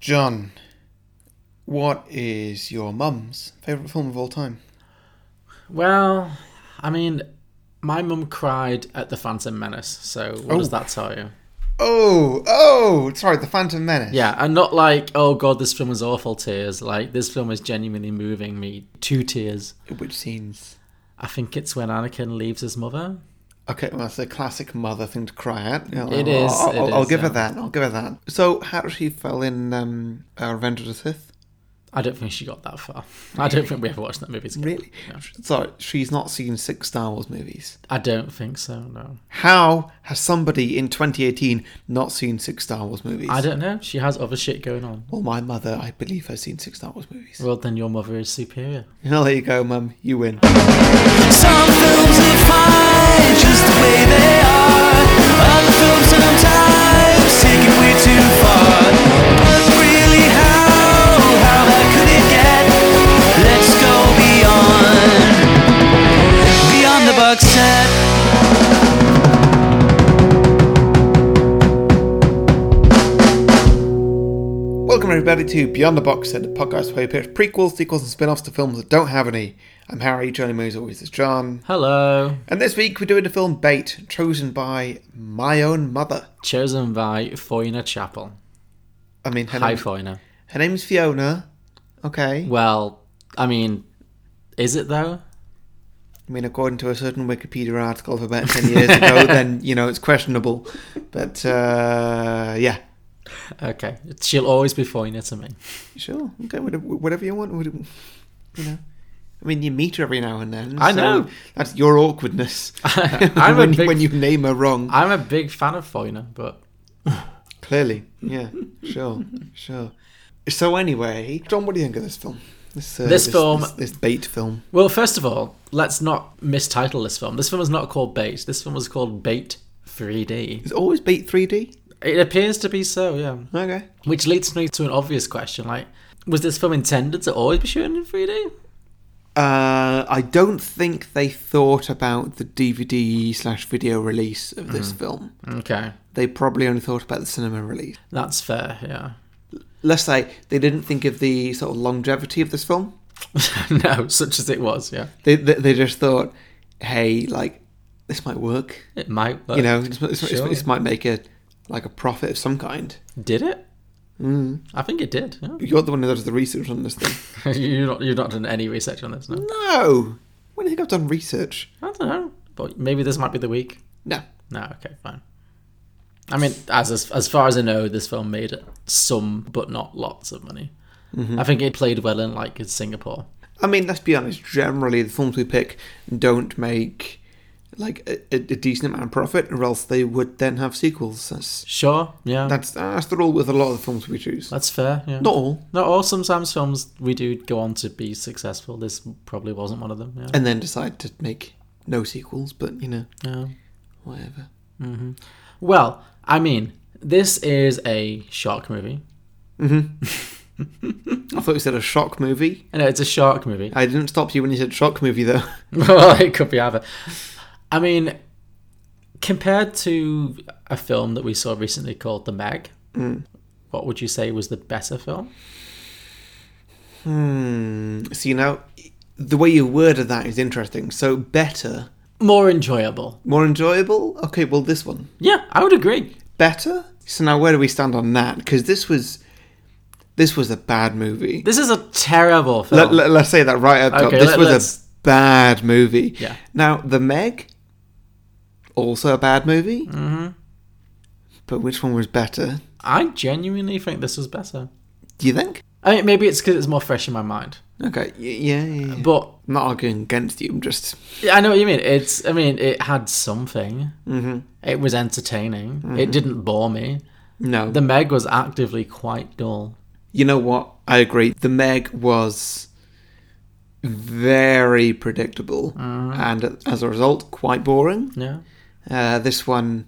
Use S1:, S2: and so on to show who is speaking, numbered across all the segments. S1: John, what is your mum's favourite film of all time?
S2: Well, I mean, my mum cried at the Phantom Menace, so what does that tell you?
S1: Oh, oh, sorry, The Phantom Menace.
S2: Yeah, and not like, oh god, this film is awful tears. Like, this film is genuinely moving me to tears.
S1: Which scenes?
S2: I think it's when Anakin leaves his mother.
S1: Okay, well, that's a classic mother thing to cry at. You know,
S2: It
S1: I'll-
S2: is,
S1: I'll,
S2: it
S1: I'll- I'll
S2: is,
S1: give her
S2: yeah.
S1: that. I'll give her that. So, how did she fell in um, uh, Revenge of the Sith?
S2: I don't think she got that far. I don't think we ever watched that movie together.
S1: Really? Sorry, she's not seen six Star Wars movies.
S2: I don't think so, no.
S1: How has somebody in 2018 not seen six Star Wars movies?
S2: I don't know. She has other shit going on.
S1: Well, my mother, I believe, has seen six Star Wars movies.
S2: Well, then your mother is superior.
S1: You know, there you go, Mum. You win.
S3: Some films are fine just the way they are. Other films sometimes take it way too far. But really, how, how bad could it get? Let's go beyond, beyond the box set.
S1: Welcome, everybody, to Beyond the Box Set, the podcast where we pitch prequels, sequels, and spin offs to films that don't have any. I'm Harry, joining me as always is John.
S2: Hello.
S1: And this week we're doing the film Bait, chosen by my own mother.
S2: Chosen by Foyna Chapel.
S1: I mean, her,
S2: Hi,
S1: name-
S2: Foyna.
S1: her name's Fiona. Okay.
S2: Well, I mean, is it though?
S1: I mean, according to a certain Wikipedia article of about 10 years ago, then, you know, it's questionable. But, uh, yeah.
S2: Okay. She'll always be Foyna to me.
S1: Sure. Okay. Whatever, whatever you want. whatever- You know. I mean, you meet her every now and then.
S2: I
S1: so
S2: know.
S1: That's your awkwardness.
S2: I'm
S1: when,
S2: a big,
S1: when you name her wrong.
S2: I'm a big fan of Foyna, but
S1: Clearly. Yeah. Sure. sure. So, anyway, John, what do you think of this film? This, uh,
S2: This film-
S1: This, this bait film.
S2: well, first of all, let's not mistitle this film. This film is not called Bait. This film was called Bait 3D.
S1: It's always bait 3D.
S2: It appears to be so, yeah.
S1: Okay.
S2: Which leads me to an obvious question: like, was this film intended to always be shooting in 3D?
S1: Uh, I don't think they thought about the DVD slash video release of this
S2: Mm-hmm.
S1: film.
S2: Okay,
S1: They probably only thought about the cinema release.
S2: that's fair. Yeah.
S1: Let's say they didn't think of the sort of longevity of this film.
S2: no, such as it was. Yeah,
S1: They they, they just thought, hey, like this might work.
S2: it might. Work.
S1: You know, this, this, this-
S2: sure.
S1: this might make a like a profit of some kind.
S2: did it? Mm. I think it did. Yeah.
S1: You're the one who does the research on this thing.
S2: you're not. You've not done any research on this. No,
S1: no, when do you think I've done research?
S2: I don't know. But maybe this might be the week.
S1: No.
S2: No, okay, fine. I mean, as as, as far as I know, this film made some, but not lots of money.
S1: Mm-hmm.
S2: I think it played well in like Singapore.
S1: I mean, let's be honest. Generally, the films we pick don't make like a, a a decent amount of profit, or else they would then have sequels. That's
S2: Sure. Yeah.
S1: that's, that's the rule with a lot of the films we choose.
S2: That's fair. Yeah.
S1: Not all,
S2: Not all. Sometimes films we do go on to be successful. This probably wasn't one of them. Yeah.
S1: and then decide to make no sequels. But you know,
S2: yeah.
S1: whatever.
S2: Well, I mean, this is a shark movie.
S1: I thought you said a shock movie.
S2: I know it's a shark movie.
S1: I didn't stop you when you said shock movie though.
S2: well, it could be either. I mean, compared to a film that we saw recently called The Meg, what would you say was the better film?
S1: Hmm. So you know, the way you worded that is interesting. So better,
S2: More enjoyable.
S1: more enjoyable. Okay, well this one
S2: Yeah, I would agree.
S1: better. So now where do we stand on that? Because this was, this was a bad movie.
S2: This is a terrible film.
S1: Let, let, us say that right up top.
S2: Okay,
S1: This
S2: let-
S1: was
S2: let's-
S1: a bad movie.
S2: Yeah.
S1: Now, The Meg, also a bad movie. Mm-hmm. But which one was better?
S2: I genuinely think this was better.
S1: Do you think?
S2: I mean, maybe it's because it's more fresh in my mind.
S1: Okay. y- Yeah. yeah, yeah.
S2: But
S1: I'm not arguing against you. I'm just.
S2: Yeah, I know what you mean. It's, I mean, it had something. Mm-hmm. It was entertaining. It didn't bore me.
S1: No.
S2: The Meg was actively quite dull.
S1: you know what? I agree. The Meg was very predictable
S2: Mm-hmm.
S1: and as a result quite boring
S2: Yeah,
S1: uh, this one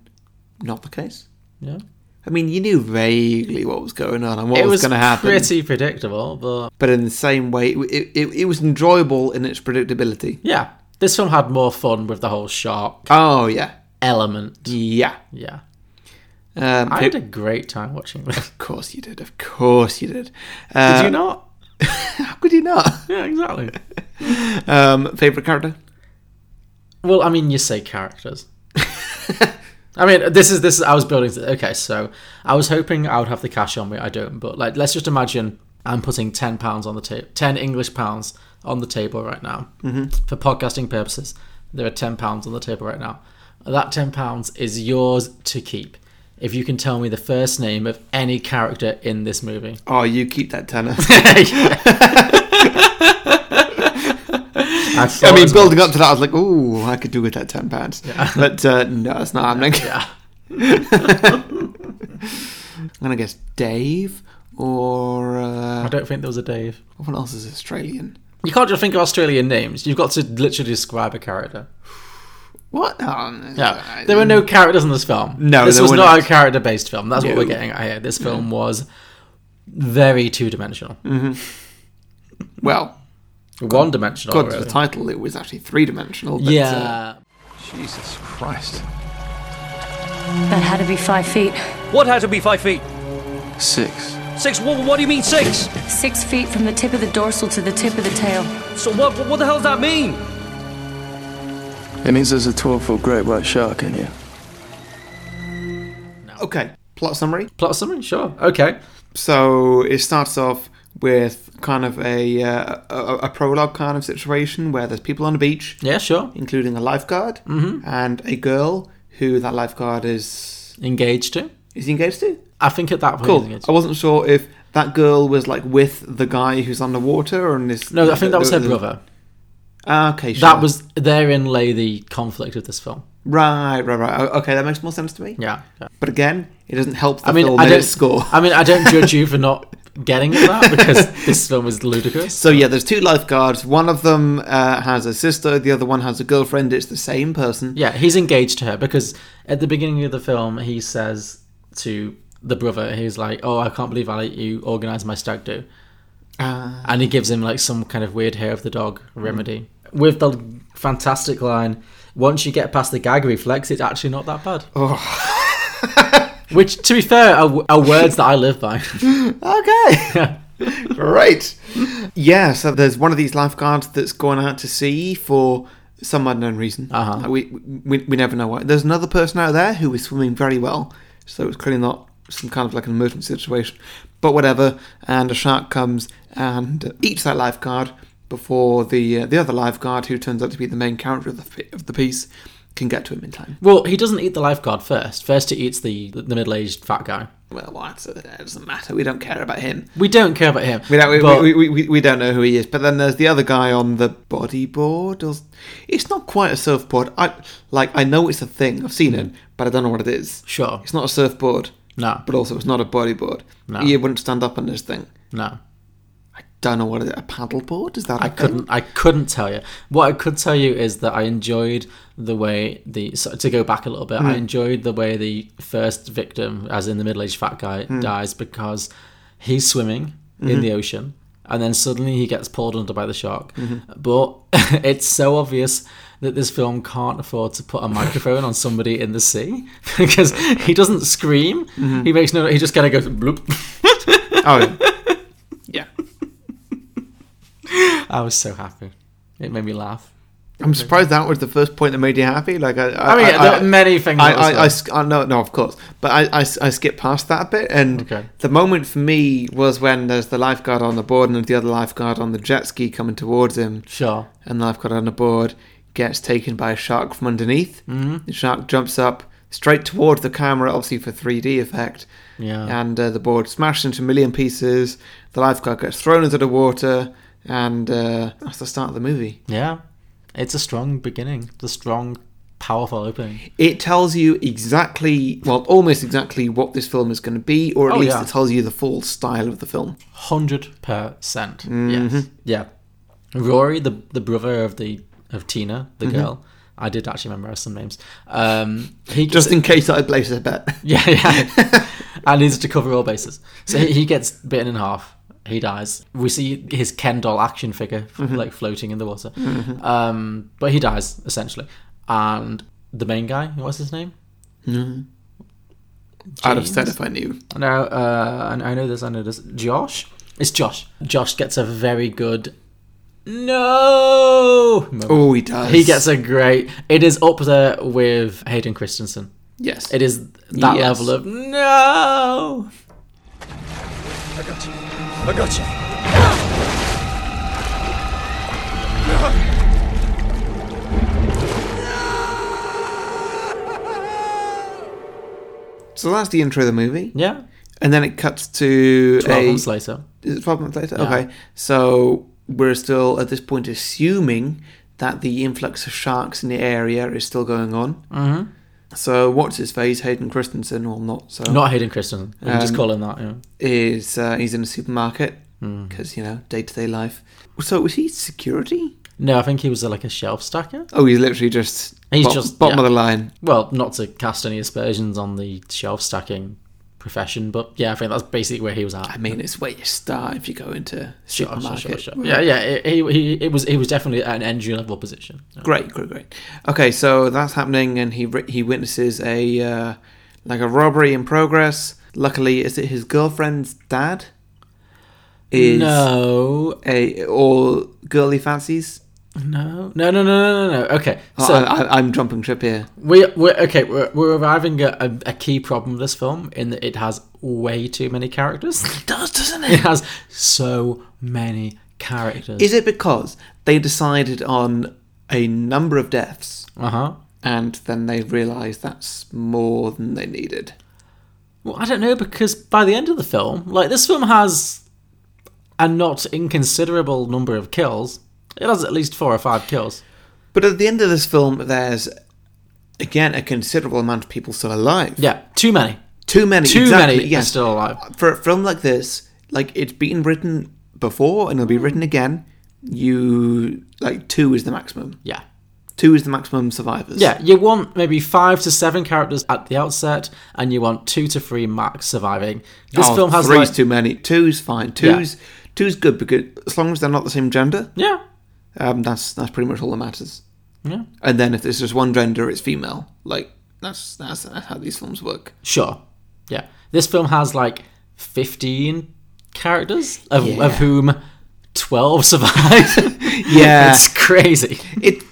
S1: not the case
S2: yeah.
S1: i mean you knew vaguely what was going on and what
S2: it
S1: was,
S2: was
S1: going to happen
S2: pretty predictable, but
S1: but in the same way, it, it, it was enjoyable in its predictability.
S2: yeah, this film had more fun with the whole shark
S1: Oh yeah,
S2: element.
S1: yeah.
S2: Yeah,
S1: Um,
S2: I
S1: pick-
S2: had a great time watching this.
S1: of course you did. Of course you did.
S2: Did
S1: Uh,
S2: you not?
S1: How could you not?
S2: Yeah, exactly.
S1: Um, favorite character?
S2: Well, I mean, you say characters. I mean, this is this. Is, I was building. To, okay, so I was hoping I would have the cash on me. I don't, but like, let's just imagine I'm putting ten pounds on the table, ten English pounds on the table right now for podcasting purposes. There are ten pounds on the table right now. That ten pounds is yours to keep if you can tell me the first name of any character in this movie.
S1: Oh, you keep that tenner.
S2: I,
S1: I
S2: thought
S1: mean,
S2: as
S1: building
S2: much.
S1: up to that, I was like, "Ooh, I could do with that ten pounds." But uh, no, it's not happening.
S2: Yeah.
S1: I'm gonna guess Dave or
S2: I
S1: uh,
S2: don't think there was a Dave.
S1: what else is Australian?
S2: You can't just think of Australian names. You've got to literally describe a character.
S1: What? Oh, no,
S2: Yeah, there were no characters in this film.
S1: No,
S2: this
S1: there
S2: was
S1: were
S2: not
S1: not.
S2: a character-based film. That's what we're
S1: No. Mm.
S2: getting at here. This film was very two-dimensional,
S1: Well,
S2: one-dimensional.
S1: according to
S2: really.
S1: the title, it was actually uh, three dimensional.
S2: yeah,
S4: Jesus Christ.
S5: That had to be five feet.
S3: What had to be five feet?
S4: Six.
S3: Six? What, what do you mean six?
S5: Six feet from the tip of the dorsal to the tip of the tail.
S3: So what, what the hell does that mean?
S4: It means there's a 12 foot great white shark in here.
S1: Okay. Plot summary.
S2: plot summary. Sure, okay.
S1: So it starts off with kind of a uh, a, a prologue kind of situation where there's people on the beach,
S2: Yeah, sure.
S1: including a lifeguard
S2: Mm-hmm.
S1: and a girl who that lifeguard is
S2: Engaged to.
S1: is he engaged to.
S2: I think at that point.
S1: Cool.
S2: engaged.
S1: I wasn't sure if that girl was like with the guy who's underwater and this.
S2: No, I think that was her
S1: the-
S2: brother.
S1: Ah, okay, sure.
S2: That was therein lay the conflict of this film.
S1: right, right, right. O- Okay, that makes more sense to me.
S2: Yeah.
S1: But again, it doesn't help the
S2: I mean,
S1: film
S2: I
S1: that
S2: don't
S1: it score.
S2: I mean, I don't judge you for not getting at that because this film is ludicrous.
S1: So yeah, there's two lifeguards. One of them uh, has a sister. The other one has a girlfriend. It's the same person.
S2: Yeah, he's engaged to her because at the beginning of the film, he says to the brother, he's like, "Oh, I can't believe I let you organize my stag do,"
S1: Ah.
S2: and he gives him like some kind of weird hair of the dog
S1: Mm.
S2: remedy with the fantastic line. Once you get past the gag reflex, it's actually not that bad.
S1: Oh.
S2: Which, to be fair, are, are words that I live by.
S1: Okay. Great. Yeah, so there's one of these lifeguards that's gone out to sea for some unknown reason.
S2: Uh-huh.
S1: Like, We, we we never know why. There's another person out there who is swimming very well, so it's clearly not some kind of like an emergency situation. But whatever. And a shark comes and eats that lifeguard before the uh, the other lifeguard, who turns out to be the main character of the fi- of the piece, can get to him in time.
S2: well, he doesn't eat the lifeguard first. First, he eats the the middle aged fat guy.
S1: Well, that's, that doesn't matter. We don't care about him.
S2: We don't care about him.
S1: We don't, we,
S2: but-
S1: we, we, we, we don't know who he is. But then there's the other guy on the bodyboard. Or, s- it's not quite a surfboard. I like I know it's a thing. I've seen it, but I don't know what it is.
S2: Sure.
S1: It's not a surfboard,
S2: No,
S1: but also it's not a bodyboard.
S2: No.
S1: You wouldn't stand up on this thing.
S2: no.
S1: Don't know what it is. A paddleboard? Is that a
S2: I
S1: thing?
S2: couldn't. I couldn't tell you. What I could tell you is that I enjoyed the way the so to go back a little bit.
S1: Hmm.
S2: I enjoyed the way the first victim, as in the middle-aged fat guy,
S1: Hmm.
S2: dies because he's swimming
S1: Mm-hmm.
S2: in the ocean and then suddenly he gets pulled under by the shark.
S1: Mm-hmm.
S2: But it's so obvious that this film can't afford to put a microphone on somebody in the sea because he doesn't scream.
S1: Mm-hmm.
S2: He makes no. He just kind of goes bloop.
S1: Oh, yeah. Yeah.
S2: I was so happy. It made me laugh.
S1: I'm surprised that was the first point that made you happy. Like I, I,
S2: I mean,
S1: I-
S2: there
S1: I-
S2: are many things.
S1: I,
S2: that was
S1: I, I,
S2: there.
S1: sk- uh, no, no, of course. But I, I, I skipped past that a bit. And
S2: Okay.
S1: the moment for me was when there's the lifeguard on the board and the other lifeguard on the jet ski coming towards him.
S2: Sure.
S1: And the lifeguard on the board gets taken by a shark from underneath.
S2: Mm-hmm.
S1: mm The shark jumps up straight towards the camera, obviously for 3D effect.
S2: Yeah.
S1: And uh, the board smashed into a million pieces. The lifeguard gets thrown into the water. And uh, that's the start of the movie.
S2: Yeah. It's a strong beginning. The strong, powerful opening.
S1: it tells you exactly, well, almost exactly what this film is going to be, or at
S2: Oh,
S1: least
S2: yeah.
S1: it tells you the full style of the film.
S2: 100%. percent
S1: Mm-hmm.
S2: Yes. Yeah. Rory, the the brother of the of Tina,
S1: Mm-hmm.
S2: the girl. I did actually memorize some names. Um, he
S1: Just in case I'd placed a bet.
S2: yeah, yeah. I needed to cover all bases. So he, he gets bitten in half. He dies. We see his Ken doll action figure
S1: Mm-hmm.
S2: like floating in the water. Um, but he dies essentially. And the main guy, what's his name?
S1: I'd have said
S2: James?
S1: if I knew.
S2: Now, uh, and I know this. I know this. Josh, it's Josh. Josh gets a very good no. moment.
S1: Oh, he does.
S2: He gets a great. It is up there with Hayden Christensen.
S1: yes.
S2: It is that
S1: Yes.
S2: level of no.
S6: I got you. I got you.
S1: So that's the intro of the movie,
S2: Yeah.
S1: and then it cuts to
S2: Twelve
S1: a,
S2: months later.
S1: Is it twelve months later? Okay, so we're still at this point assuming that the influx of sharks in the area is still going on. Mm-hmm. So what's his face, Hayden Christensen, or not? So
S2: Not Hayden Christensen. We can just
S1: Um,
S2: call him that. Yeah.
S1: is uh, he's in a supermarket
S2: Hmm.
S1: because you know day to day life. So was he security?
S2: No, I think he was uh, like a shelf stacker.
S1: Oh, he's literally just
S2: He's
S1: bot-
S2: just-
S1: bottom
S2: yeah.
S1: of the line.
S2: Well, not to cast any aspersions on the shelf stacking profession, but yeah, I think that's basically where he was at.
S1: I mean, it's where you start if you go into
S2: Sure, sure,
S1: supermarket.
S2: sure, sure. Yeah, yeah. It, he, he, it was, it was definitely an entry level position.
S1: Great, great, great. Okay, so that's happening, and he ri- he witnesses a uh, like a robbery in progress. Luckily, is it his girlfriend's dad? Is
S2: No,
S1: a all girly fancies?
S2: no, no, no, no, no, no. no. Okay,
S1: Oh,
S2: so
S1: I, I, I'm jumping trip here.
S2: we, we're okay. We're, we're arriving at a, a key problem with this film in that it has way too many characters. It does, doesn't it? It has so many characters.
S1: Is it because they decided on a number of deaths
S2: uh huh.
S1: and then they realised that's more than they needed?
S2: Well, I don't know because by the end of the film, like this film has a not inconsiderable number of kills. It has at least four or five kills.
S1: But at the end of this film, there's again a considerable amount of people still alive.
S2: Yeah, too many.
S1: Too many.
S2: Too
S1: exactly,
S2: many
S1: Yes.
S2: are still alive.
S1: for a film like this, like it's been written before and it'll be written again. You like two is the maximum.
S2: Yeah.
S1: Two is the maximum survivors.
S2: Yeah, you want maybe five to seven characters at the outset, and you want two to three max surviving. This
S1: Oh,
S2: film has
S1: three's
S2: like,
S1: too many. Two's fine.
S2: Yeah.
S1: Two's two's good because as long as they're not the same gender,
S2: yeah,
S1: um, that's that's pretty much all that matters.
S2: Yeah.
S1: And then if there's just one gender, it's female. Like that's that's, that's how these films work.
S2: sure, yeah. This film has like fifteen characters, of,
S1: Yeah.
S2: of whom twelve survive.
S1: Yeah.
S2: it's crazy.
S1: it.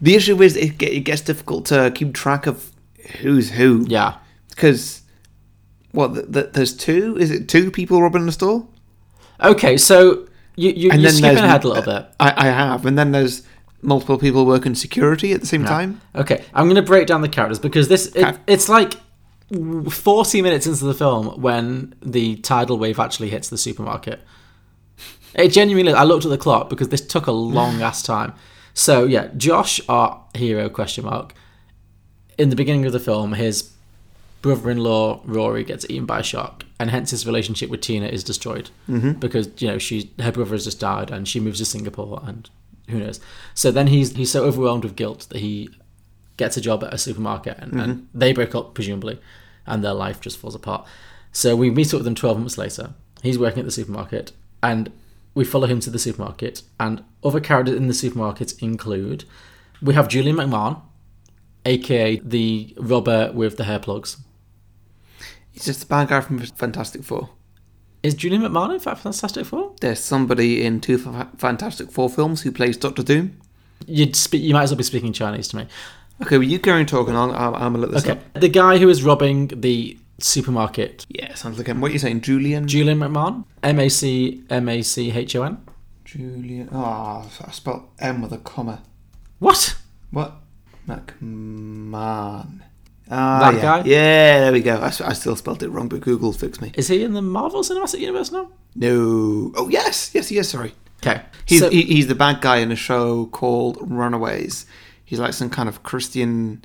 S1: The issue is it, ge- it gets difficult to keep track of who's who.
S2: Yeah,
S1: Because, what, th- th- there's two? Is it two people robbing the store?
S2: Okay, so you, you,
S1: And then
S2: you're skipping
S1: there's- uh,
S2: ahead a little bit.
S1: I, I have. And then there's multiple people working security at the same time.
S2: Okay, I'm going to break down the characters because this it,
S1: Okay.
S2: it's like 40 minutes into the film when the tidal wave actually hits the supermarket. It genuinely, I looked at the clock because this took a long ass time. So yeah, Josh, our hero question mark. In the beginning of the film, his brother-in-law Rory gets eaten by a shark, and hence his relationship with Tina is destroyed mm-hmm. because you know she her brother has just died, and she moves to Singapore, and who knows. So then he's he's so overwhelmed with guilt that he gets a job at a supermarket, and, and they break up presumably, and their life just falls apart. So we meet up with him twelve months later. He's working at the supermarket, and we follow him to the supermarket. And other characters in the supermarket include we have Julian McMahon, aka the robber with the hair plugs.
S1: It's just the bad guy from Fantastic Four.
S2: Is Julian McMahon in fact Fantastic Four?
S1: There's somebody in two fa- Fantastic Four films who plays Doctor Doom.
S2: You'd speak. You might as well be speaking Chinese to me.
S1: Okay, well, you carry on talking. I'll, I'll, I'm going to look this
S2: Okay,
S1: up.
S2: the guy who is robbing the supermarket,
S1: Yeah, sounds like him. What are you saying? Julian?
S2: Julian McMahon, M A C M A C H O N.
S1: Julian. Oh, I spelled M with a comma.
S2: What?
S1: What? McMahon.
S2: That
S1: Ah, yeah.
S2: guy?
S1: Yeah, there we go. I, s- I still spelled it wrong, but Google fixed me.
S2: Is he in the Marvel Cinematic Universe now?
S1: No. Oh, yes. Yes, yes, sorry.
S2: Okay,
S1: He's,
S2: so,
S1: he, he's the bad guy in a show called Runaways. He's like some kind of Christian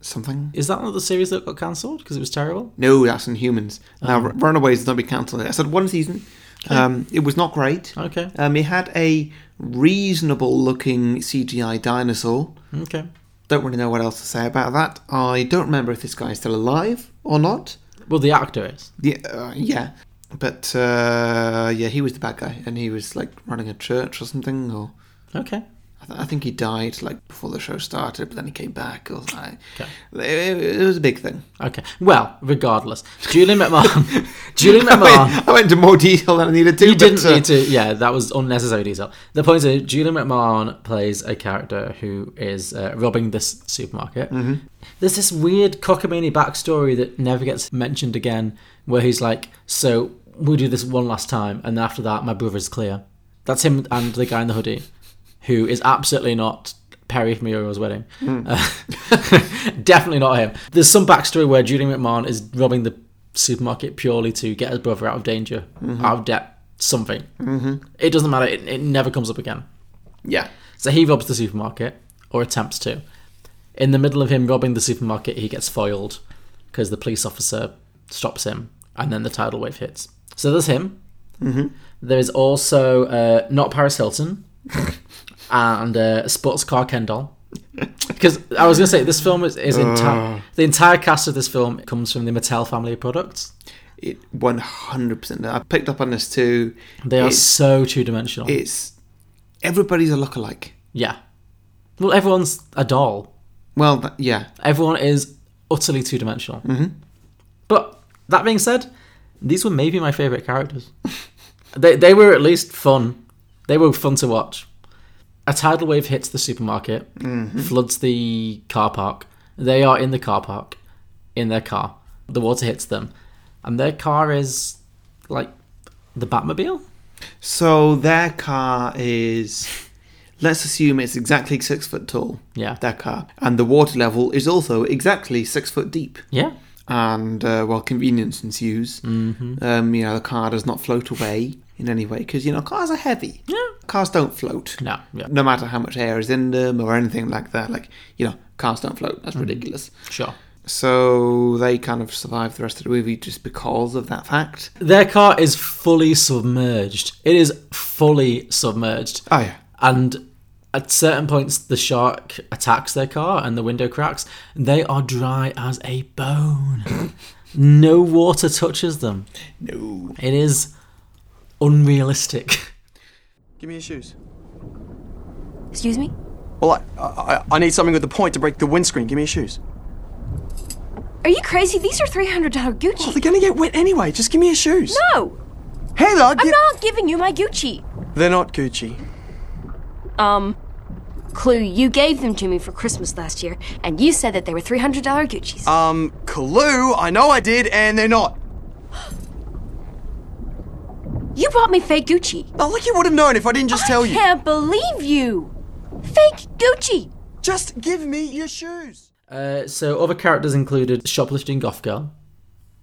S1: something.
S2: is that not the series that got cancelled because it was terrible?
S1: No, that's in humans. Now,
S2: Uh-huh.
S1: Ru- Runaways is not be cancelled. I said one season. Um, it was not great.
S2: Okay,
S1: Um, it had a reasonable looking CGI dinosaur.
S2: okay.
S1: Don't really know what else to say about that. I don't remember if this guy is still alive or not.
S2: Well, the actor is.
S1: Yeah, uh, yeah. But uh, yeah, he was the bad guy, and he was like running a church or something, or
S2: Okay,
S1: I, th- I think he died like before the show started, but then he came back. Or I,
S2: Okay.
S1: it, it- it was a big thing.
S2: Okay. Well, regardless, Julie McMahon. Julie McMahon.
S1: I went into more detail than I needed to.
S2: You
S1: but,
S2: didn't
S1: uh,
S2: need to. Yeah, that was unnecessary detail. The point is, Julia McMahon plays a character who is uh, robbing this supermarket.
S1: Mm-hmm.
S2: There's this weird cockamamie backstory that never gets mentioned again, where he's like, "So we'll do this one last time, and after that, my brother's clear." That's him and the guy in the hoodie, who is absolutely not Perry from Muriel's Wedding. Uh, definitely not him. There's some backstory where Julie McMahon is robbing the supermarket purely to get his brother out of danger, out of debt, something. Mm-hmm. It doesn't matter. It, it never comes up again.
S1: uh, Yeah.
S2: So he robs the supermarket, or attempts to. In the middle of him robbing the supermarket, he gets foiled because the police officer stops him, and then the tidal wave hits. So there's him. There is also uh, not Paris Hilton and uh, sports car Kendall. Because I was going to say this film is, is entire. The entire cast of this film comes from the Mattel family of products.
S1: It one hundred percent. I picked up on this too.
S2: They are
S1: It's-
S2: so two dimensional.
S1: It's everybody's a lookalike.
S2: Yeah. Well, everyone's a doll.
S1: Well, that, yeah,
S2: Everyone is utterly two dimensional. Mm-hmm. But that being said, these were maybe my favourite characters. they, they were at least fun. They were fun to watch. A tidal wave hits the supermarket, floods the car park. They are in the car park, in their car. The water hits them, and their car is like the Batmobile.
S1: So their car is, let's assume it's exactly six foot tall.
S2: Yeah.
S1: Their car. And the water level is also exactly six foot deep.
S2: Yeah,
S1: And, uh, well, convenience ensues. Mm-hmm. Um, you know, the car does not float away in any way because, you know, cars are heavy.
S2: Yeah.
S1: Cars don't float.
S2: no, yeah,
S1: No matter how much air is in them or anything like that. Like, you know, cars don't float.
S2: Mm-hmm.
S1: That's ridiculous.
S2: sure.
S1: So they kind of survive the rest of the movie just because of that fact.
S2: Their car is fully submerged. It is fully submerged.
S1: Oh, yeah.
S2: And at certain points, the shark attacks their car and the window cracks. They are dry as a bone. no water touches them.
S1: No.
S2: It is unrealistic.
S4: Give me your shoes.
S5: Excuse me?
S4: Well, I, I, I need something with a point to break the windscreen. Give me your shoes.
S7: Are you crazy? These are $300
S4: Oh,
S7: Gucci.
S4: they're gonna get wet anyway. Just give me your shoes.
S7: No,
S4: Hey, lad.
S7: I'm
S4: you-
S7: not giving you my Gucci.
S4: They're not Gucci.
S7: Um, Clue, you gave them to me for Christmas last year, and you said that they were $300 Guccis.
S4: Um, Clue. I know I did, and they're not.
S7: you bought me fake Gucci.
S4: Now, like you would have known if I didn't just tell
S7: I
S4: you.
S7: can't believe you. Fake Gucci.
S4: Just give me your shoes.
S2: Uh, so, other characters included shoplifting Goth Girl.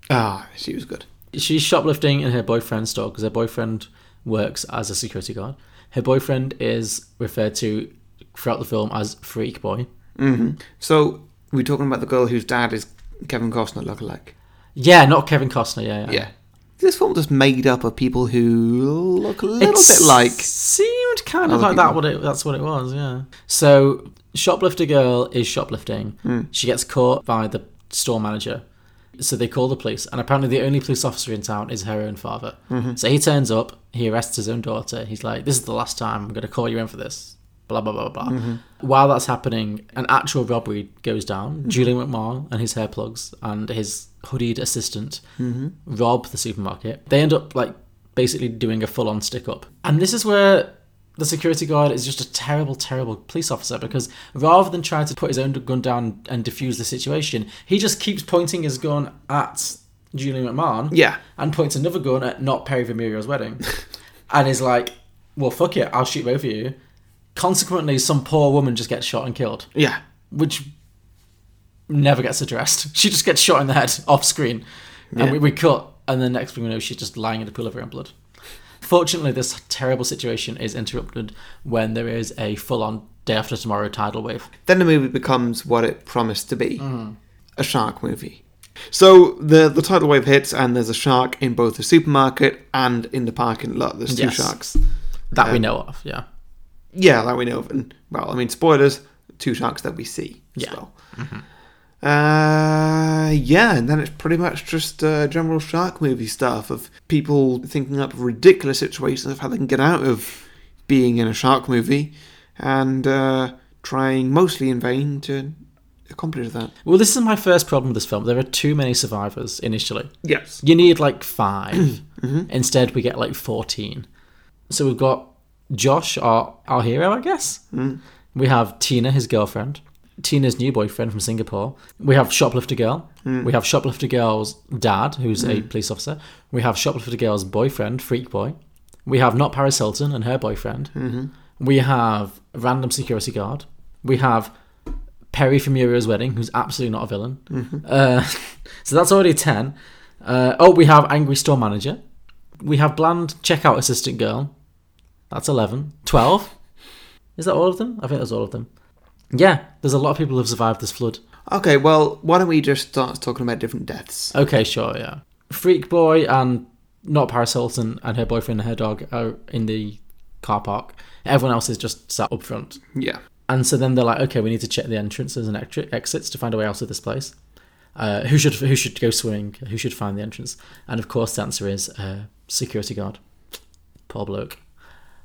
S1: Ah, she was good.
S2: She's shoplifting in her boyfriend's store because her boyfriend works as a security guard. Her boyfriend is referred to throughout the film as Freak Boy.
S1: So we're talking about the girl whose dad is Kevin Costner lookalike.
S2: Yeah, not Kevin Costner. Yeah, yeah.
S1: This film just made up of people who look a little
S2: It
S1: bit like.
S2: seemed kind of
S1: other
S2: like that.
S1: people.
S2: What it that's what it was. Yeah. So shoplifter girl is shoplifting. She gets caught by the store manager. So they call the police, and apparently the only police officer in town is her own father. So he turns up. He arrests his own daughter. He's like, "This is the last time I'm going to call you in for this." Blah blah blah blah. blah. While that's happening, an actual robbery goes down. Julian McMahon and his hair plugs and his hoodied assistant rob the supermarket. They end up like basically doing a full on stick up. And this is where the security guard is just a terrible, terrible police officer because rather than trying to put his own gun down and defuse the situation, he just keeps pointing his gun at Julian McMahon.
S1: Yeah.
S2: And points another gun at not Perry Vermurio's wedding. and is like, well, fuck it, I'll shoot both of you. Consequently, some poor woman just gets shot and killed,
S1: Yeah.
S2: which never gets addressed. She just gets shot in the head off screen. And we, we cut, and the next thing we know, she's just lying in a pool of her own blood. Fortunately, this terrible situation is interrupted when there is a full on day after tomorrow tidal wave.
S1: Then the movie becomes what it promised to be
S2: Mm-hmm.
S1: a shark movie. So the, the tidal wave hits, and there's a shark in both the supermarket and in the parking lot. There's two
S2: Yes.
S1: sharks.
S2: That we
S1: Um,
S2: know of, yeah.
S1: Yeah, that we know of. And, well, I mean, spoilers, two sharks that we see as
S2: Yeah.
S1: well. Uh, yeah, and then it's pretty much just uh, general shark movie stuff of people thinking up ridiculous situations of how they can get out of being in a shark movie. and uh, trying mostly in vain to accomplish that.
S2: Well, this is my first problem with this film. There are too many survivors initially.
S1: Yes.
S2: You need like 5 Instead, we get like 14. So we've got Josh, our, our hero, I guess. We have Tina, his girlfriend. Tina's new boyfriend from Singapore. We have Shoplifter Girl. We have Shoplifter Girl's dad, who's a police officer. We have Shoplifter Girl's boyfriend, Freak Boy. We have not Paris Hilton and her boyfriend. We have a random security guard. We have Perry from Muriel's Wedding, who's absolutely not a villain. Uh, so that's already 10. Uh, oh, we have Angry Store Manager. We have Bland Checkout Assistant Girl. That's 11. 12? Is that all of them? I think that's all of them. Yeah, there's a lot of people who've survived this flood.
S1: Okay, well, why don't we just start talking about different deaths?
S2: Okay, sure, yeah. Freak Boy and not Paris Hilton and her boyfriend and her dog are in the car park. Everyone else is just sat up front.
S1: Yeah.
S2: And so then they're like, okay, we need to check the entrances and exit- exits to find a way out of this place. Uh, who should who should go swimming? Who should find the entrance? And of course, the answer is uh, security guard. Poor bloke.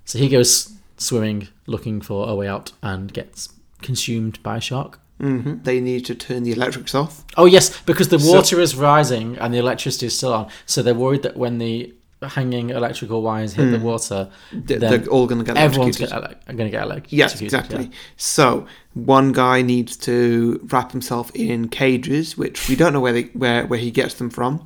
S2: So he goes swimming, looking for a way out, and gets consumed by a shark.
S1: hmm They need to turn the electrics off.
S2: Oh yes, because the water is rising and the electricity is still on, so they're worried that when the hanging electrical wires hit the water,
S1: Th-
S2: then
S1: Hmm. They're all going to get
S2: everyone's
S1: electrocuted.
S2: going to get electrocuted.
S1: Yes, exactly. So one guy needs to wrap himself in cages, which we don't know where they, where where he gets them from.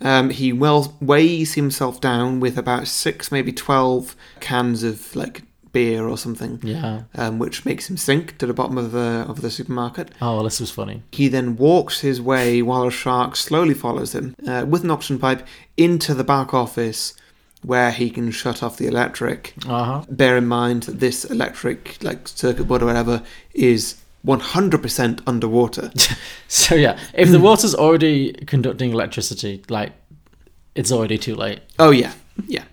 S1: Um, he well weighs himself down with about six, maybe twelve cans of like beer or something.
S2: Yeah.
S1: Um, which makes him sink to the bottom of the of the supermarket.
S2: Oh, well, this was funny.
S1: He then walks his way while a shark slowly follows him uh, with an oxygen pipe into the back office, where he can shut off the electric
S2: Uh huh.
S1: bear in mind that this electric like circuit board or whatever is 100% underwater
S2: So yeah, if the water's already conducting electricity, like it's already too late.
S1: oh yeah yeah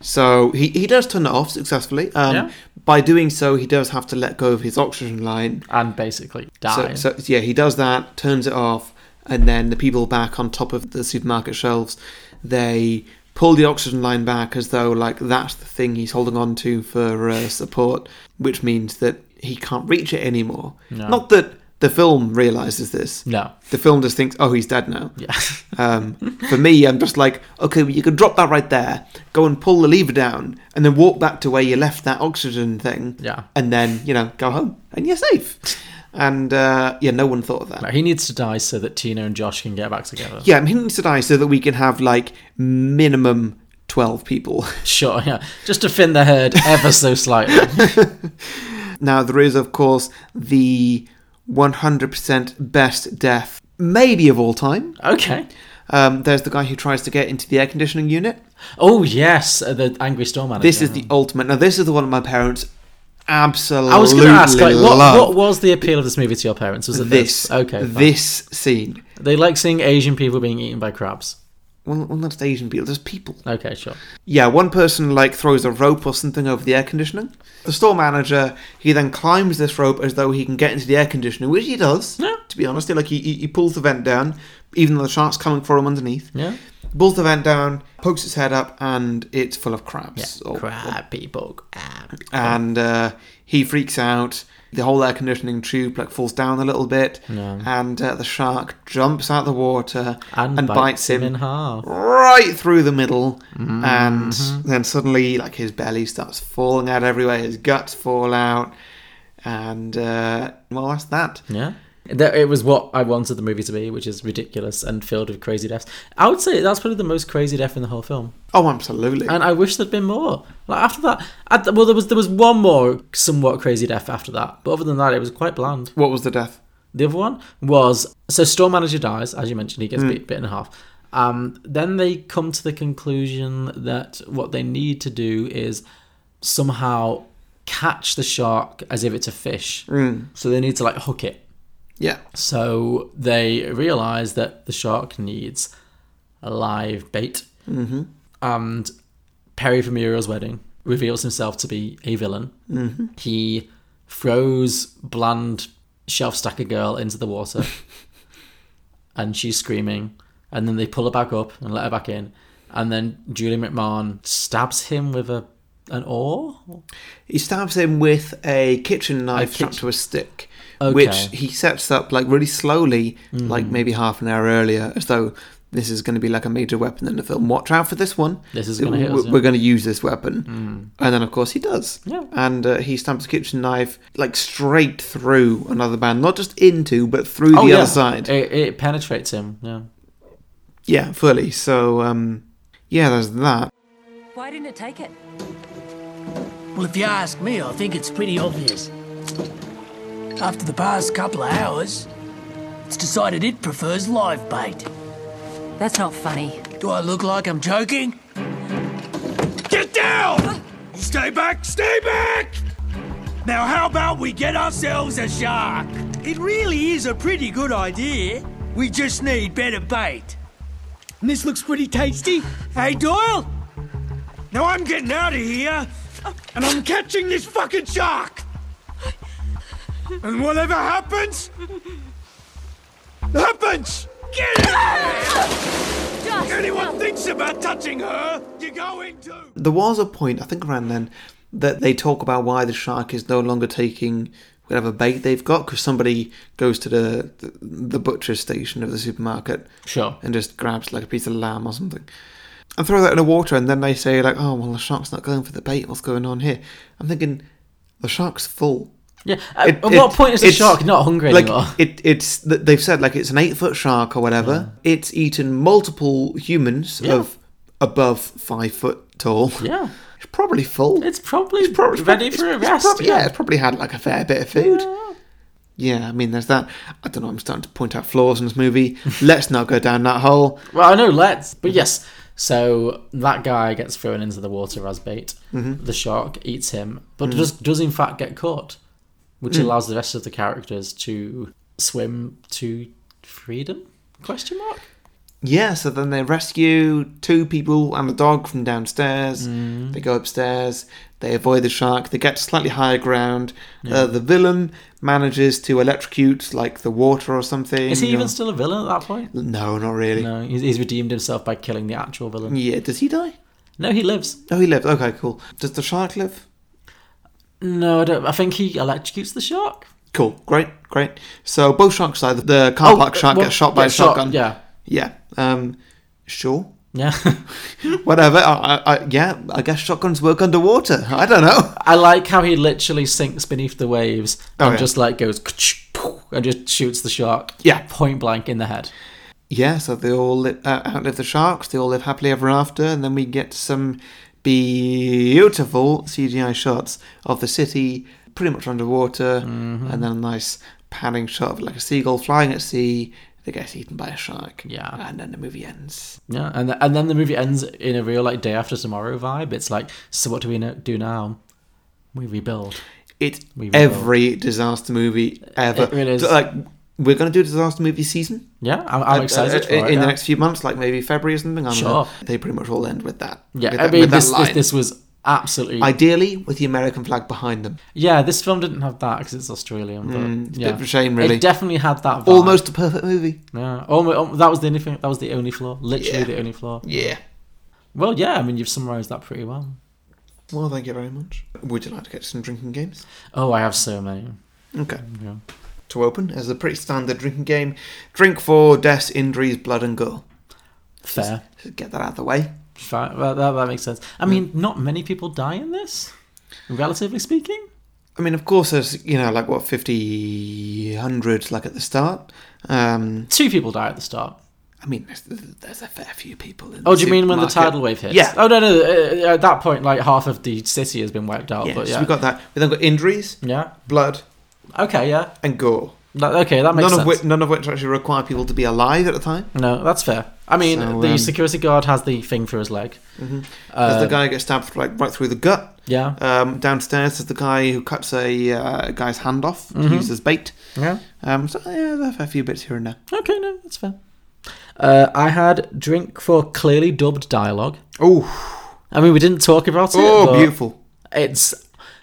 S1: so he, he does turn it off successfully um,
S2: Yeah.
S1: by doing so he does have to let go of his oxygen line
S2: and basically
S1: so,
S2: die.
S1: so yeah he does that turns it off and then the people back on top of the supermarket shelves they pull the oxygen line back as though like that's the thing he's holding on to for uh, support which means that he can't reach it anymore
S2: No.
S1: not that the film realizes this
S2: no.
S1: The film just thinks, oh, he's dead now.
S2: Yeah.
S1: Um, for me, I'm just like, okay, well, you can drop that right there, go and pull the lever down, and then walk back to where you left that oxygen thing,
S2: Yeah.
S1: and then, you know, go home, and you're safe. And uh, yeah, no one thought of that.
S2: No, he needs to die so that Tina and Josh can get back together.
S1: Yeah, I'm hinting to die so that we can have like minimum 12 people.
S2: Sure, yeah. Just to thin the herd ever so slightly.
S1: now, there is, of course, the 100% best death, maybe of all time.
S2: Okay.
S1: Um, there's the guy who tries to get into the air conditioning unit.
S2: Oh yes, uh, the angry store manager.
S1: This is the ultimate. Now, this is the one my parents absolutely
S2: I was going to ask, like, what,
S1: love.
S2: what was the appeal of this movie to your parents? Was it this?
S1: this?
S2: Okay. fine.
S1: this scene.
S2: They like seeing Asian people being eaten by crabs.
S1: Well, well, not just Asian people, just people.
S2: Okay, sure.
S1: Yeah, one person like throws a rope or something over the air conditioning. The store manager he then climbs this rope as though he can get into the air conditioning, which he does.
S2: Yeah.
S1: To be honest, like he, he he pulls the vent down, even though the shark's coming for him underneath.
S2: Yeah.
S1: Pulls the vent down, pokes its head up, and it's full of crabs. or-
S2: Crab people.
S1: um,
S2: Crab.
S1: and uh, he freaks out. The whole air conditioning tube like falls down a little bit, and uh, the shark jumps out the water
S2: And, bites, him in half.
S1: right through the middle. And then suddenly, like his belly starts falling out everywhere, his guts fall out, and uh, well, that's that.
S2: Yeah. That it was what I wanted the movie to be, which is ridiculous and filled with crazy deaths. I would say that's probably the most crazy death in the whole film,
S1: Oh, absolutely.
S2: and I wish there'd been more. Like after that, at the- well, there was there was one more somewhat crazy death after that, but other than that, it was quite bland.
S1: what was the death?
S2: The other one was so store manager dies, as you mentioned, he gets bit, bit in half. Um, then they come to the conclusion that what they need to do is somehow catch the shark as if it's a fish. So they need to like hook it.
S1: Yeah.
S2: So they realize that the shark needs a live bait. Mm-hmm. And Perry from Muriel's Wedding reveals himself to be a villain. Mm-hmm. He throws bland shelf stacker girl into the water and she's screaming. And then they pull her back up and let her back in. And then Julie McMahon stabs him with a an oar?
S1: He stabs him with a kitchen knife
S2: kitch-
S1: strapped to a stick,
S2: Okay. Mm-hmm.
S1: which he sets up like really slowly, like maybe half an hour earlier, as though this is going to be like a major weapon in the film. Watch out for this one.
S2: This is gonna hit
S1: W-
S2: us, yeah. Mm.
S1: We're going to use this weapon, and then of course he does.
S2: Yeah.
S1: And uh, he stabs a kitchen knife like straight through another man, not just into but through the
S2: Oh, yeah. Eh.
S1: other side.
S2: It, it penetrates him. Yeah.
S1: Yeah, fully. So um, yeah, there's that.
S5: Why didn't it take it?
S8: Well, if you ask me, I think it's pretty obvious. After the past couple of hours, it's decided it prefers live bait.
S5: That's not funny.
S8: Do I look like I'm joking?
S6: Get down! Stay back, stay back!
S8: Now, how about we get ourselves a shark? It really is a pretty good idea. We just need better bait. And this looks pretty tasty. Hey, Doyle!
S6: Now I'm getting out of here, and I'm catching this fucking shark! And whatever happens, happens! Get out! If anyone thinks about touching her, you're going to.
S1: There was a point, I think around then, that they talk about why the shark is no longer taking whatever bait they've got because somebody goes to the, the the butcher station of the supermarket
S2: Sure.
S1: and just grabs like a piece of lamb or something and throw that in the water and then they say like oh well the shark's not going for the bait what's going on here i'm thinking the shark's full
S2: Yeah. At,
S1: It-
S2: at
S1: it-
S2: what point is the
S1: it's-
S2: shark not hungry
S1: like,
S2: anymore?
S1: It, it's th- they've said like it's an eight foot shark or whatever. It's eaten multiple humans
S2: Yeah.
S1: of above five foot tall.
S2: Yeah.
S1: it's probably full.
S2: It's probably
S1: prob- it's
S2: ready
S1: prob-
S2: for a
S1: it's- it's
S2: rest.
S1: probably-
S2: yeah.
S1: it's probably had like a fair bit of food. Yeah, I mean, there's that. I don't know. I'm starting to point out flaws in this movie. Let's not go down that hole.
S2: Well, I know, let's.
S1: Mm-hmm.
S2: But yes, so that guy gets thrown into the water as bait.
S1: Mm-hmm.
S2: The shark eats him, but does does in fact get caught, which
S1: Mm.
S2: allows the rest of the characters to swim to freedom? Question mark.
S1: Yeah, so then they rescue two people and a dog from downstairs.
S2: Mm.
S1: They go upstairs. They avoid the shark. They get to slightly higher ground. Uh, the villain manages to electrocute like the water or something.
S2: Is he
S1: or-
S2: even still a villain at that point?
S1: No, not really.
S2: No, he's, he's redeemed himself by killing the actual villain.
S1: Yeah, does he die?
S2: No, he lives.
S1: No, he lives. Okay, cool. Does the shark live?
S2: No, I don't. I think he electrocutes the shark.
S1: Cool, great, great. So both sharks die. The car park shark
S2: Oh, well,
S1: gets shot by
S2: yeah,
S1: a shotgun.
S2: Yeah,
S1: yeah. Um, sure,
S2: yeah.
S1: whatever. I, I, I, yeah, I guess shotguns work underwater. I don't know.
S2: I like how he literally sinks beneath the waves
S1: Oh,
S2: and
S1: yeah.
S2: just like goes "Kachoo, pooh," and just shoots the shark.
S1: Yeah.
S2: point blank in the head.
S1: yeah, so they all li- uh, outlive the sharks, they all live happily ever after, and then we get some beautiful CGI shots of the city pretty much underwater,
S2: Mm-hmm.
S1: and then a nice panning shot of like a seagull flying at sea that gets eaten by a shark.
S2: Yeah.
S1: And then the movie ends.
S2: Yeah, and th- and then the movie ends in a real like day after tomorrow vibe. It's like, so what do we no- do now? We rebuild.
S1: It's
S2: We will.
S1: every disaster movie ever.
S2: It really is.
S1: So, like, we're going to do disaster movie season.
S2: Yeah, I'm, I'm
S1: uh,
S2: excited
S1: uh,
S2: for it.
S1: in
S2: yeah.
S1: the next few months, like maybe February or something. I'm
S2: Sure.
S1: gonna- they pretty much all end with that.
S2: yeah,
S1: with
S2: I
S1: that-
S2: mean
S1: with that
S2: this, this
S1: line.
S2: this was absolutely.
S1: Ideally, with the American flag behind them.
S2: yeah, this film didn't have that because it's Australian. But
S1: Mm, it's a
S2: yeah.
S1: bit of a shame, really.
S2: It definitely had that. Vibe.
S1: Almost a perfect movie.
S2: Yeah, almost. That was the only thing. That was the only flaw. Literally
S1: Yeah.
S2: the only flaw.
S1: Yeah.
S2: Well, yeah. I mean, you've summarised that pretty well.
S1: Well, thank you very much. Would you like to get some drinking games?
S2: Oh, I have so many.
S1: Okay.
S2: Mm, Yeah.
S1: To open, as a pretty standard drinking game, drink for deaths, injuries, blood, and gore.
S2: Fair.
S1: Just get that out of the way.
S2: Fair. That, that, that makes sense.
S1: Mm.
S2: I mean, not many people die in this, relatively speaking.
S1: I mean, of course, there's you know like what 50, 100 like at the start. Um,
S2: Two people die at the start.
S1: I mean, there's, there's a fair few people. In
S2: Oh,
S1: the
S2: do you mean when the
S1: supermarket.
S2: tidal wave hits?
S1: Yeah.
S2: Oh no, no. uh, At that point, like half of the city has been wiped out.
S1: yeah,
S2: but
S1: so
S2: yeah.
S1: we got that. We then got injuries,
S2: yeah.
S1: blood,
S2: Okay. Yeah.
S1: and gore.
S2: That, okay. That makes
S1: None
S2: sense.
S1: of which, none of which actually require people to be alive at the time.
S2: no, that's fair. I mean,
S1: So,
S2: the
S1: um,
S2: security guard has the thing through his leg.
S1: There's the
S2: Um,
S1: guy who gets stabbed like right through the gut.
S2: Yeah.
S1: Um, downstairs is the guy who cuts a uh, guy's hand off
S2: Mm-hmm.
S1: to use as bait.
S2: Yeah.
S1: Um, so yeah, there are a few bits here and there.
S2: Okay. No, that's fair. Uh, I had drink for clearly dubbed dialogue.
S1: Oh,
S2: I mean, we didn't talk about it.
S1: oh,
S2: but-
S1: beautiful.
S2: It's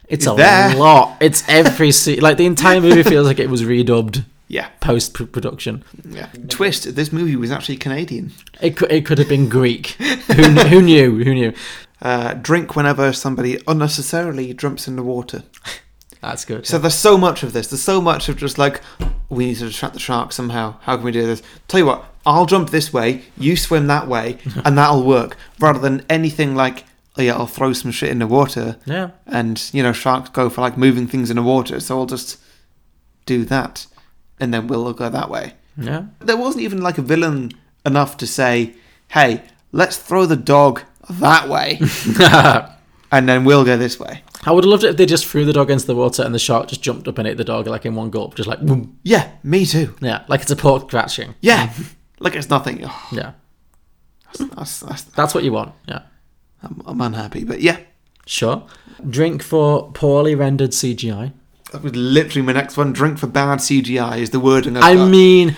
S2: it's a
S1: there.
S2: lot. It's every scene. Like the entire movie feels like it was redubbed
S1: Yeah,
S2: post production.
S1: yeah. Twist: This movie was actually Canadian.
S2: It could it could have been Greek. Who kn- who knew? Who knew?
S1: uh, drink whenever somebody unnecessarily jumps in the water.
S2: That's good.
S1: So there's so much of this. There's so much of just like we need to distract the shark somehow. How can we do this? Tell you what, I'll jump this way, you swim that way, and that'll work. Rather than anything like, oh yeah, I'll throw some shit in the water.
S2: Yeah.
S1: And you know, sharks go for like moving things in the water, so I'll just do that, and then we'll go that way.
S2: yeah.
S1: There wasn't even like a villain enough to say, hey, let's throw the dog that way, and then we'll go this way.
S2: I would have loved it if they just threw the dog into the water and the shark just jumped up and ate the dog like in one gulp, just like boom.
S1: Yeah, me too.
S2: Yeah, like it's a pork scratching.
S1: Yeah, like it's nothing. Oh,
S2: Yeah,
S1: that's, that's,
S2: that's what you want. Yeah,
S1: I'm, I'm unhappy, but yeah,
S2: sure. Drink for poorly rendered CGI.
S1: that was literally my next one. Drink for bad CGI is the wording. I've
S2: I
S1: got.
S2: mean,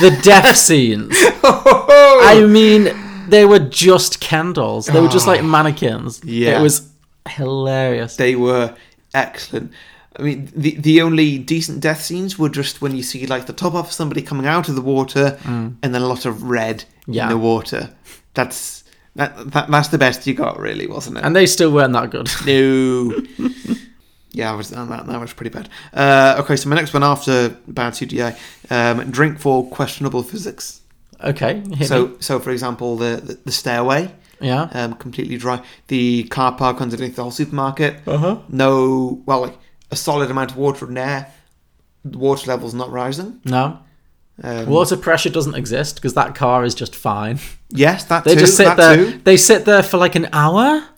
S2: the death scenes.
S1: Oh.
S2: I mean, they were just candles. They were just like mannequins.
S1: Oh. Yeah.
S2: it was hilarious.
S1: they were excellent. I mean, the the only decent death scenes were just when you see like the top off of somebody coming out of the water, and then a lot of red
S2: Mm. Yeah.
S1: in the water. That's that, that that's the best you got, really, wasn't it?
S2: and they still weren't that good.
S1: No. yeah, I was that, that was pretty bad. Uh, okay, so my next one after bad CGI, um, drink for questionable physics.
S2: okay, hit me.
S1: So, so for example, the the, the stairway,
S2: yeah,
S1: um, completely dry. The car park underneath the whole supermarket. No, well, like a solid amount of water in there. The water level's not rising.
S2: no.
S1: Um,
S2: Water pressure doesn't exist because that car is just fine.
S1: Yes, that
S2: They
S1: too.
S2: just sit
S1: that
S2: there.
S1: too.
S2: They sit there for like an hour,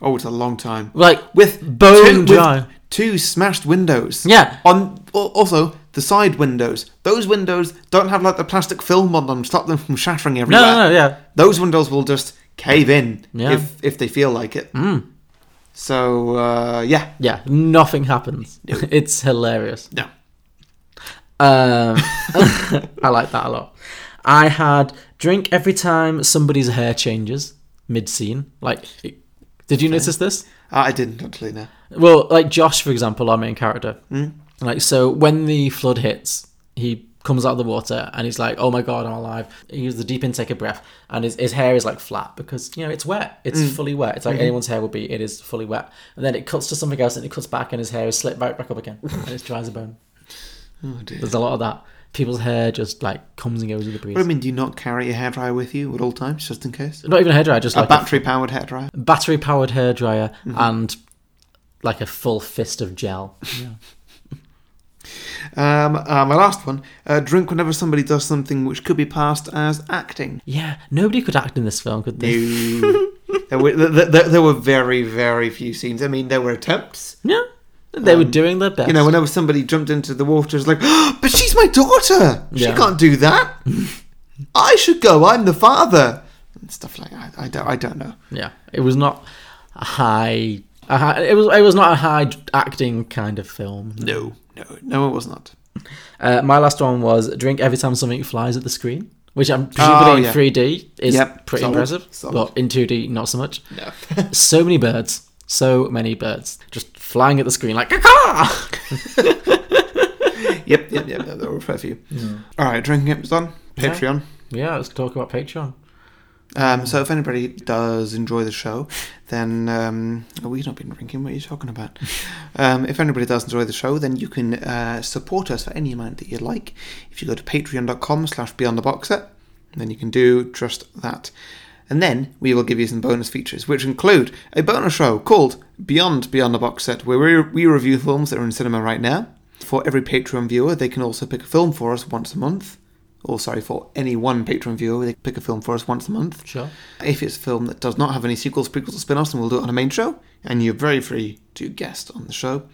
S1: Oh, it's a long time.
S2: like
S1: with
S2: bone
S1: two, with
S2: dry.
S1: two smashed windows.
S2: Yeah.
S1: On al- also the side windows. Those windows don't have like the plastic film on them to stop them from shattering everywhere.
S2: no, no, yeah.
S1: Those windows will just cave in
S2: Yeah. Hmm.
S1: if if they feel like it. So uh, yeah,
S2: Yeah, nothing happens. It's hilarious.
S1: no.
S2: Um, I like that a lot. I had drink every time somebody's hair changes mid scene. Like, did you notice this?
S1: I didn't actually know.
S2: Well, like Josh, for example, our main character.
S1: Hmm?
S2: Like, so when the flood hits, he comes out of the water and he's like, "Oh my god, I'm alive!" He uses the deep intake of breath, and his, his hair is like flat because you know it's wet. It's
S1: Hmm.
S2: fully wet. It's like anyone's hair would be. It is fully wet. And then it cuts to something else, and it cuts back, and his hair is slipped right back up again, and it's dry as a bone.
S1: Oh,
S2: There's a lot of that. People's hair just like comes and goes with the breeze.
S1: What do you mean? Do you not carry a hairdryer with you at all times, just in case?
S2: Not even a hairdryer, just
S1: A Mm-hmm.
S2: like a
S1: battery powered hairdryer.
S2: battery powered hairdryer and like a full fist of gel.
S1: Um, uh, my last one. Uh, drink whenever somebody does something which could be passed as acting.
S2: Yeah, nobody could act in this film, could they?
S1: there, were, there, there, there were very, very few scenes. I mean, there were attempts.
S2: Yeah. They were doing their best.
S1: Um, You know, whenever somebody jumped into the water, it's like, but she's my daughter. She
S2: Yeah.
S1: can't do that. I should go. I'm the father. And stuff like that. I, I don't, I don't know.
S2: yeah, it was not a high, a high. It was. It was not a high acting kind of film.
S1: No, no, no, it was not.
S2: Uh, my last one was drink every time something flies at the screen, which I'm
S1: Oh,
S2: presumably in
S1: yeah.
S2: 3D is
S1: Yep,
S2: pretty
S1: solid,
S2: impressive,
S1: solid.
S2: but in 2D not so much.
S1: No.
S2: so many birds, so many birds, just flying at the screen like a car.
S1: yep, yep, yep. There were a fair few. All right, drinking it was on Patreon.
S2: yeah, let's talk about Patreon.
S1: Um, so if anybody does enjoy the show, then um, oh, we've not been drinking. What are you talking about? um, if anybody does enjoy the show, then you can uh, support us for any amount that you like. If you go to Patreon.com/slash Beyond the Boxer, then you can do just that. And then we will give you some bonus features, which include a bonus show called Beyond Beyond the Box Set, where we, we review films that are in cinema right now. For every Patreon viewer, they can also pick a film for us once a month. Or, sorry, for any one Patreon viewer, they pick a film for us once a month.
S2: Sure.
S1: If it's a film that does not have any sequels, prequels, or spin-offs, then we'll do it on a main show, and you're very free to guest on the show.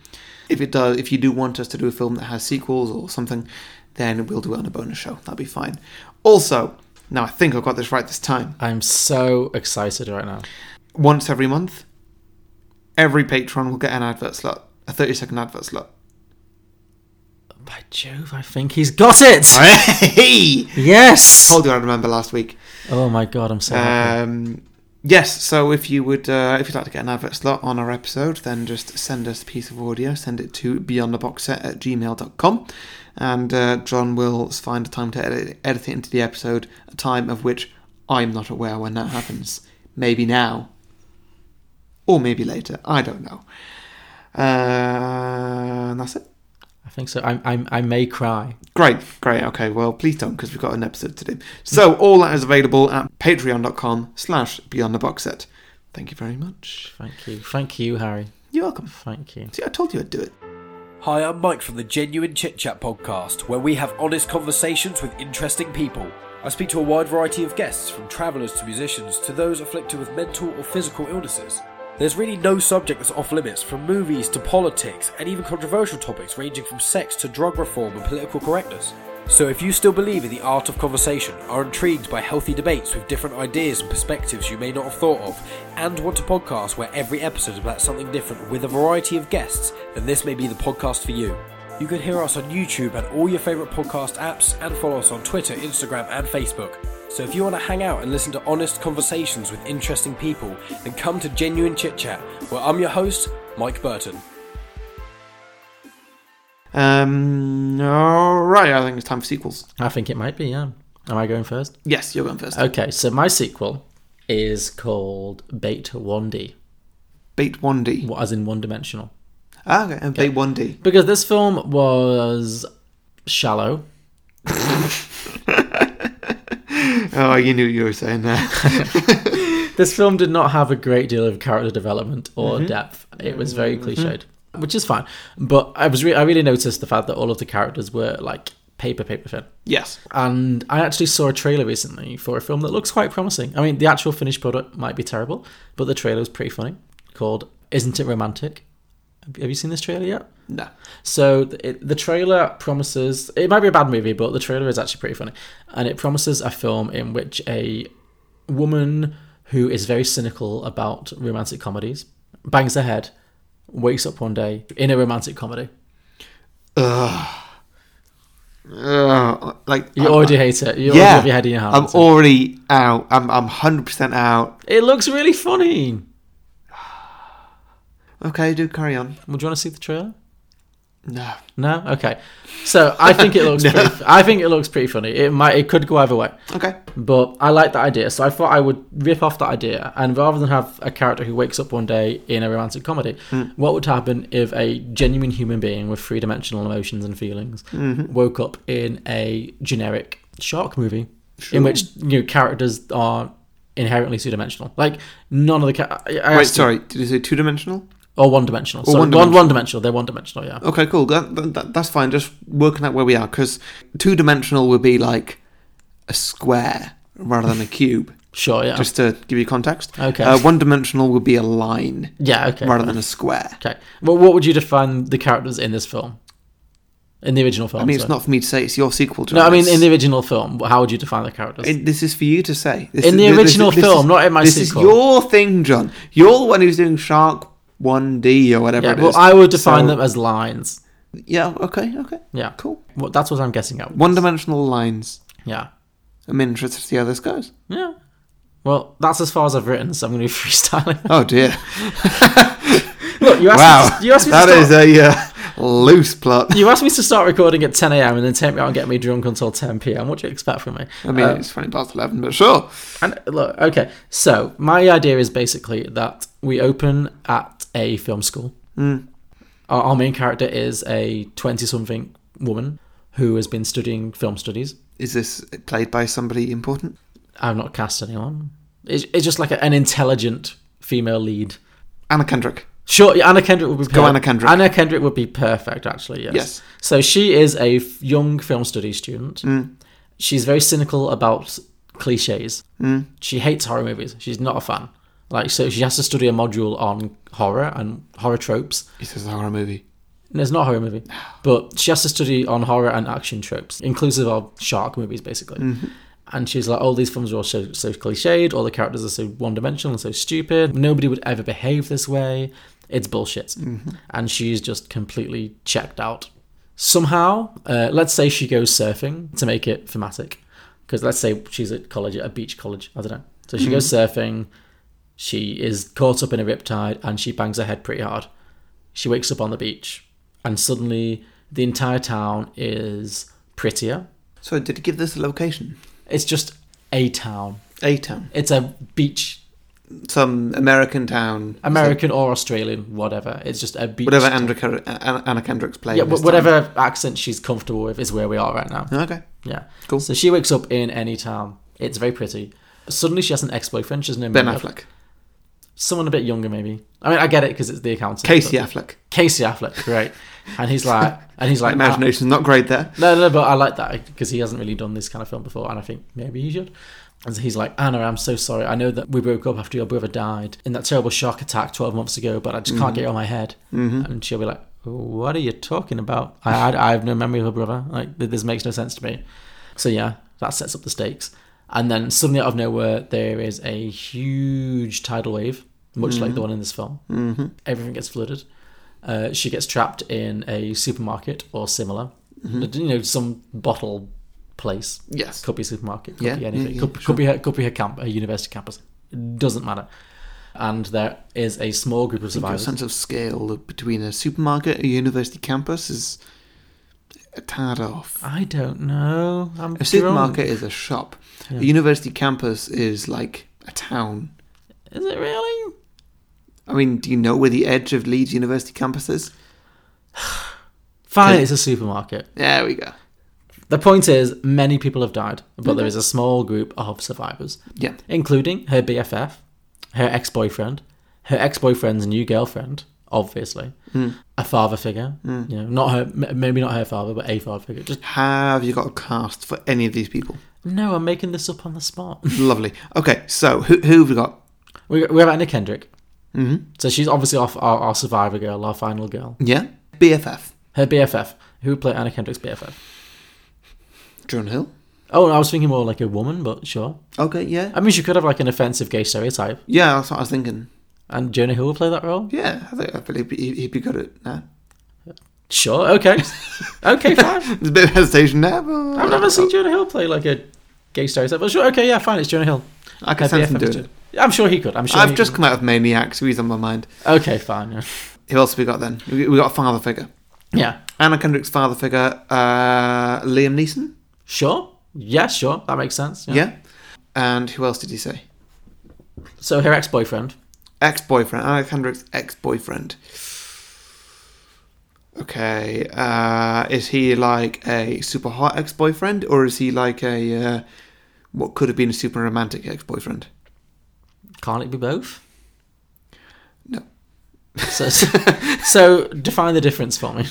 S1: If it does, if you do want us to do a film that has sequels or something, then we'll do it on a bonus show. That'll be fine. Also, now I think I got this right this time.
S2: I'm so excited right now.
S1: Once every month, every patron will get an advert slot, a 30-second advert slot.
S2: By Jove, I think he's got it.
S1: Hey!
S2: Yes.
S1: Told you I remember last week.
S2: Oh my god, I'm so happy.
S1: Um, yes, so if you would, uh, if you'd like to get an advert slot on our episode, then just send us a piece of audio. Send it to beyondtheboxset at gmail.com. And uh, John will find a time to edit, edit it into the episode, a time of which I'm not aware when that happens. Maybe now. or maybe later. I don't know. Uh, and that's it.
S2: I think so. I, I, I may cry.
S1: Great, great. Okay, well, please don't, because we've got an episode to do. So all that is available at patreon.com slash beyond the box set. Thank you very much.
S2: Thank you. Thank you, Harry.
S1: You're welcome.
S2: Thank you.
S1: See, I told you I'd do it.
S9: Hi, I'm Mike from the Genuine Chit Chat podcast, where we have honest conversations with interesting people. I speak to a wide variety of guests, from travellers to musicians to those afflicted with mental or physical illnesses. There's really no subject that's off limits, from movies to politics, and even controversial topics ranging from sex to drug reform and political correctness. So if you still believe in the art of conversation, are intrigued by healthy debates with different ideas and perspectives you may not have thought of, and want a podcast where every episode is about something different with a variety of guests, then this may be the podcast for you. You can hear us on YouTube and all your favourite podcast apps, and follow us on Twitter, Instagram, and Facebook. So if you want to hang out and listen to honest conversations with interesting people, then come to Genuine Chit Chat, where I'm your host, Mike Burton.
S1: Um, all right, I think it's time for sequels.
S2: I think it might be, yeah. Am I going first?
S1: Yes, you're going first.
S2: Okay, so my sequel is called Bait 1D,
S1: Bait 1D.
S2: what- as in one dimensional.
S1: Ah, okay, and Bait 1D.
S2: Because this film was shallow.
S1: Oh, you knew you were saying that.
S2: This film did not have a great deal of character development or depth. It was very cliched, which is fine. But I was re- I really noticed the fact that all of the characters were like paper paper thin.
S1: yes.
S2: And I actually saw a trailer recently for a film that looks quite promising. I mean, the actual finished product might be terrible, but the trailer was pretty funny. Called "Isn't It Romantic?" Have you- have you seen this trailer yet?
S1: No.
S2: So th- it, the trailer promises it might be a bad movie, but the trailer is actually pretty funny, and it promises a film in which a woman who is very cynical about romantic comedies bangs her head, wakes up one day in a romantic comedy.
S1: Uh, like
S2: You
S1: I'm-
S2: already hate it. You already
S1: yeah,
S2: have your head in your
S1: I'm
S2: hands.
S1: already out. I'm I'm hundred percent out.
S2: it looks really funny.
S1: Okay, do carry on.
S2: Would you want to see the trailer?
S1: No.
S2: No. Okay. So I think it looks. pretty, I think it looks pretty funny. It might. It could go either way.
S1: Okay.
S2: But I like that idea, so I thought I would rip off that idea. And rather than have a character who wakes up one day in a romantic comedy,
S1: Hmm.
S2: what would happen if a genuine human being with three dimensional emotions and feelings
S1: Mm-hmm.
S2: woke up in a generic shark movie in which you know, characters are inherently two dimensional? Like, none of the. Ca- I- I
S1: Wait,
S2: asked you-
S1: sorry. Did you say two dimensional?
S2: Or one dimensional. So one,
S1: one-dimensional. Oh,
S2: one dimensional. They're one dimensional, yeah.
S1: Okay, cool. That, that- that, that's fine. Just working out where we are because two dimensional would be like a square rather than a cube.
S2: Sure, yeah.
S1: Just to give you context.
S2: Okay.
S1: Uh, one dimensional would be a line
S2: yeah, okay.
S1: rather than a square.
S2: Okay. Well, what would you define the characters in this film? In the original film?
S1: I mean, it's
S2: sorry.
S1: not for me to say. It's your sequel. To
S2: No, I mean in the original film. How would you define the characters?
S1: It, this is for you to say. This
S2: In
S1: is-
S2: the
S1: this- this-
S2: original
S1: this
S2: film,
S1: is-
S2: not in my
S1: this
S2: sequel.
S1: is your thing, John. You're the one who's doing Shark 1D or whatever
S2: yeah,
S1: it
S2: well,
S1: is.
S2: I would define
S1: So-
S2: them as lines.
S1: Yeah, okay, okay.
S2: Yeah,
S1: Cool.
S2: Well, that's what I'm guessing at.
S1: One dimensional lines.
S2: Yeah,
S1: I'm interested to see how this goes.
S2: yeah. Well, that's as far as I've written, so I'm going to be freestyling.
S1: Oh, dear.
S2: Look, you asked
S1: Wow.
S2: me. To, you asked me to
S1: That
S2: start.
S1: is a uh, loose plot.
S2: you asked me to start recording at 10 a.m. and then take me out and get me drunk until 10 p.m. What do you expect from me? Uh,
S1: I mean, it's 20 past 11, but sure.
S2: And look, okay. So my idea is basically that we open at a film school.
S1: Hmm.
S2: Our, our main character is a 20-something woman who has been studying film studies.
S1: Is this played by somebody important?
S2: I've not cast anyone. It's, it's just like a, an intelligent female lead.
S1: Anna Kendrick.
S2: Sure, yeah, Anna Kendrick would be.
S1: go Anna Kendrick.
S2: Anna Kendrick would be perfect, actually. Yes.
S1: Yes.
S2: So she is a f- young film studies student.
S1: Mm.
S2: She's very cynical about cliches.
S1: Mm.
S2: She hates horror movies. She's not a fan. Like, so she has to study a module on horror and horror tropes.
S1: This is a horror movie.
S2: No, it's not a horror movie, but she has to study on horror and action tropes, inclusive of shark movies, basically. And she's like, "Oh, these films are all so, so cliched. All the characters are so one-dimensional and so stupid. Nobody would ever behave this way. It's bullshit." And she's just completely checked out. Somehow, uh, let's say she goes surfing to make it thematic, because let's say she's at college, at a beach college. I don't know. So she goes surfing. She is caught up in a riptide and she bangs her head pretty hard. She wakes up on the beach and suddenly the entire town is prettier.
S1: So, did it give this a location?
S2: It's just a town.
S1: A town.
S2: It's a beach
S1: some American town,
S2: American or Australian, whatever. It's just a beach.
S1: whatever Andrew, Ker- uh, Anna, Anna Kendrick's playing.
S2: yeah,
S1: this
S2: wh- whatever accent she's comfortable with is where we are right now.
S1: time. Okay.
S2: Yeah.
S1: Cool.
S2: So she wakes up in any town. It's very pretty. Suddenly she has an ex-boyfriend. She's named
S1: Ben Affleck,
S2: Someone a bit younger, maybe. I mean, I get it because it's the accountant.
S1: Casey
S2: but-
S1: Affleck.
S2: Casey Affleck, great. And he's like, and he's like,
S1: Imagination's not great there.
S2: No, no, but I like that because he hasn't really done this kind of film before, and I think maybe he should. And so he's like, Anna, I'm so sorry. I know that we broke up after your brother died in that terrible shark attack 12 months ago, but I just can't get it on my head. And she'll be like, What are you talking about? I, I, I have no memory of her brother. Like, th- this makes no sense to me. So, yeah, that sets up the stakes. And then suddenly out of nowhere, there is a huge tidal wave, much like the one in this film. Mm-hmm. Everything gets flooded. Uh, she gets trapped in a supermarket or similar, you know, some bottle place.
S1: Mm-hmm. Yes.
S2: could be supermarket, could
S1: Yeah,
S2: be
S1: yeah,
S2: anything,
S1: yeah,
S2: could, could be her, could be her camp, a university campus. Doesn't matter. And there is a small group of
S1: Your
S2: survivors.
S1: sense of scale between a supermarket, a university campus is a tad off.
S2: I don't know. I'm
S1: A supermarket is a shop. A university campus is like a town.
S2: Is it really?
S1: I mean, do you know where the edge of Leeds University campus is?
S2: Fine,
S1: Cause-
S2: it's a supermarket.
S1: There we go.
S2: The point is, many people have died, but
S1: Mm-hmm.
S2: there is a small group of survivors,
S1: Yeah.
S2: including her BFF, her ex boyfriend, her ex boyfriend's new girlfriend, obviously, a father figure. You know, not her, m- maybe not her father, but a father figure. Just
S1: Have you got a cast for any of these people?
S2: no, I'm making this up on the spot.
S1: Lovely. Okay, so who, who have we got?
S2: we we have Anna Kendrick, mm-hmm. so she's obviously our, our our survivor girl, our final girl,
S1: Yeah? BFF.
S2: her BFF. Who would play Anna Kendrick's BFF?
S1: John Hill.
S2: Oh, I was thinking more like a woman, but sure.
S1: Okay, yeah.
S2: I mean, she could have like an offensive gay stereotype,
S1: yeah, that's what I was thinking.
S2: and Jonah Hill will play that role.
S1: Yeah, I think I believe he- he'd be good at that.
S2: Sure, okay, okay, fine.
S1: There's a bit of hesitation there, but...
S2: I've never seen Jonah Hill play like a gay stereotype. Well, sure, okay, yeah, fine. It's Jonah Hill.
S1: I can sense him doing it.
S2: I'm sure he could. I'm sure.
S1: I've
S2: he-
S1: just come out of Maniac, so he's on my mind.
S2: Okay, fine. yeah.
S1: Who else have we got then? We we got a father figure.
S2: Yeah,
S1: Anna Kendrick's father figure, uh, Liam Neeson.
S2: sure. Yeah, sure. That makes sense. Yeah.
S1: Yeah. And who else did he say?
S2: So her ex-boyfriend.
S1: Ex boyfriend. Anna Kendrick's ex boyfriend. Okay. Uh, is he like a super hot ex boyfriend or is he like a uh, what could have been a super romantic ex boyfriend?
S2: Can't it be both?
S1: No.
S2: So, so define the difference for me.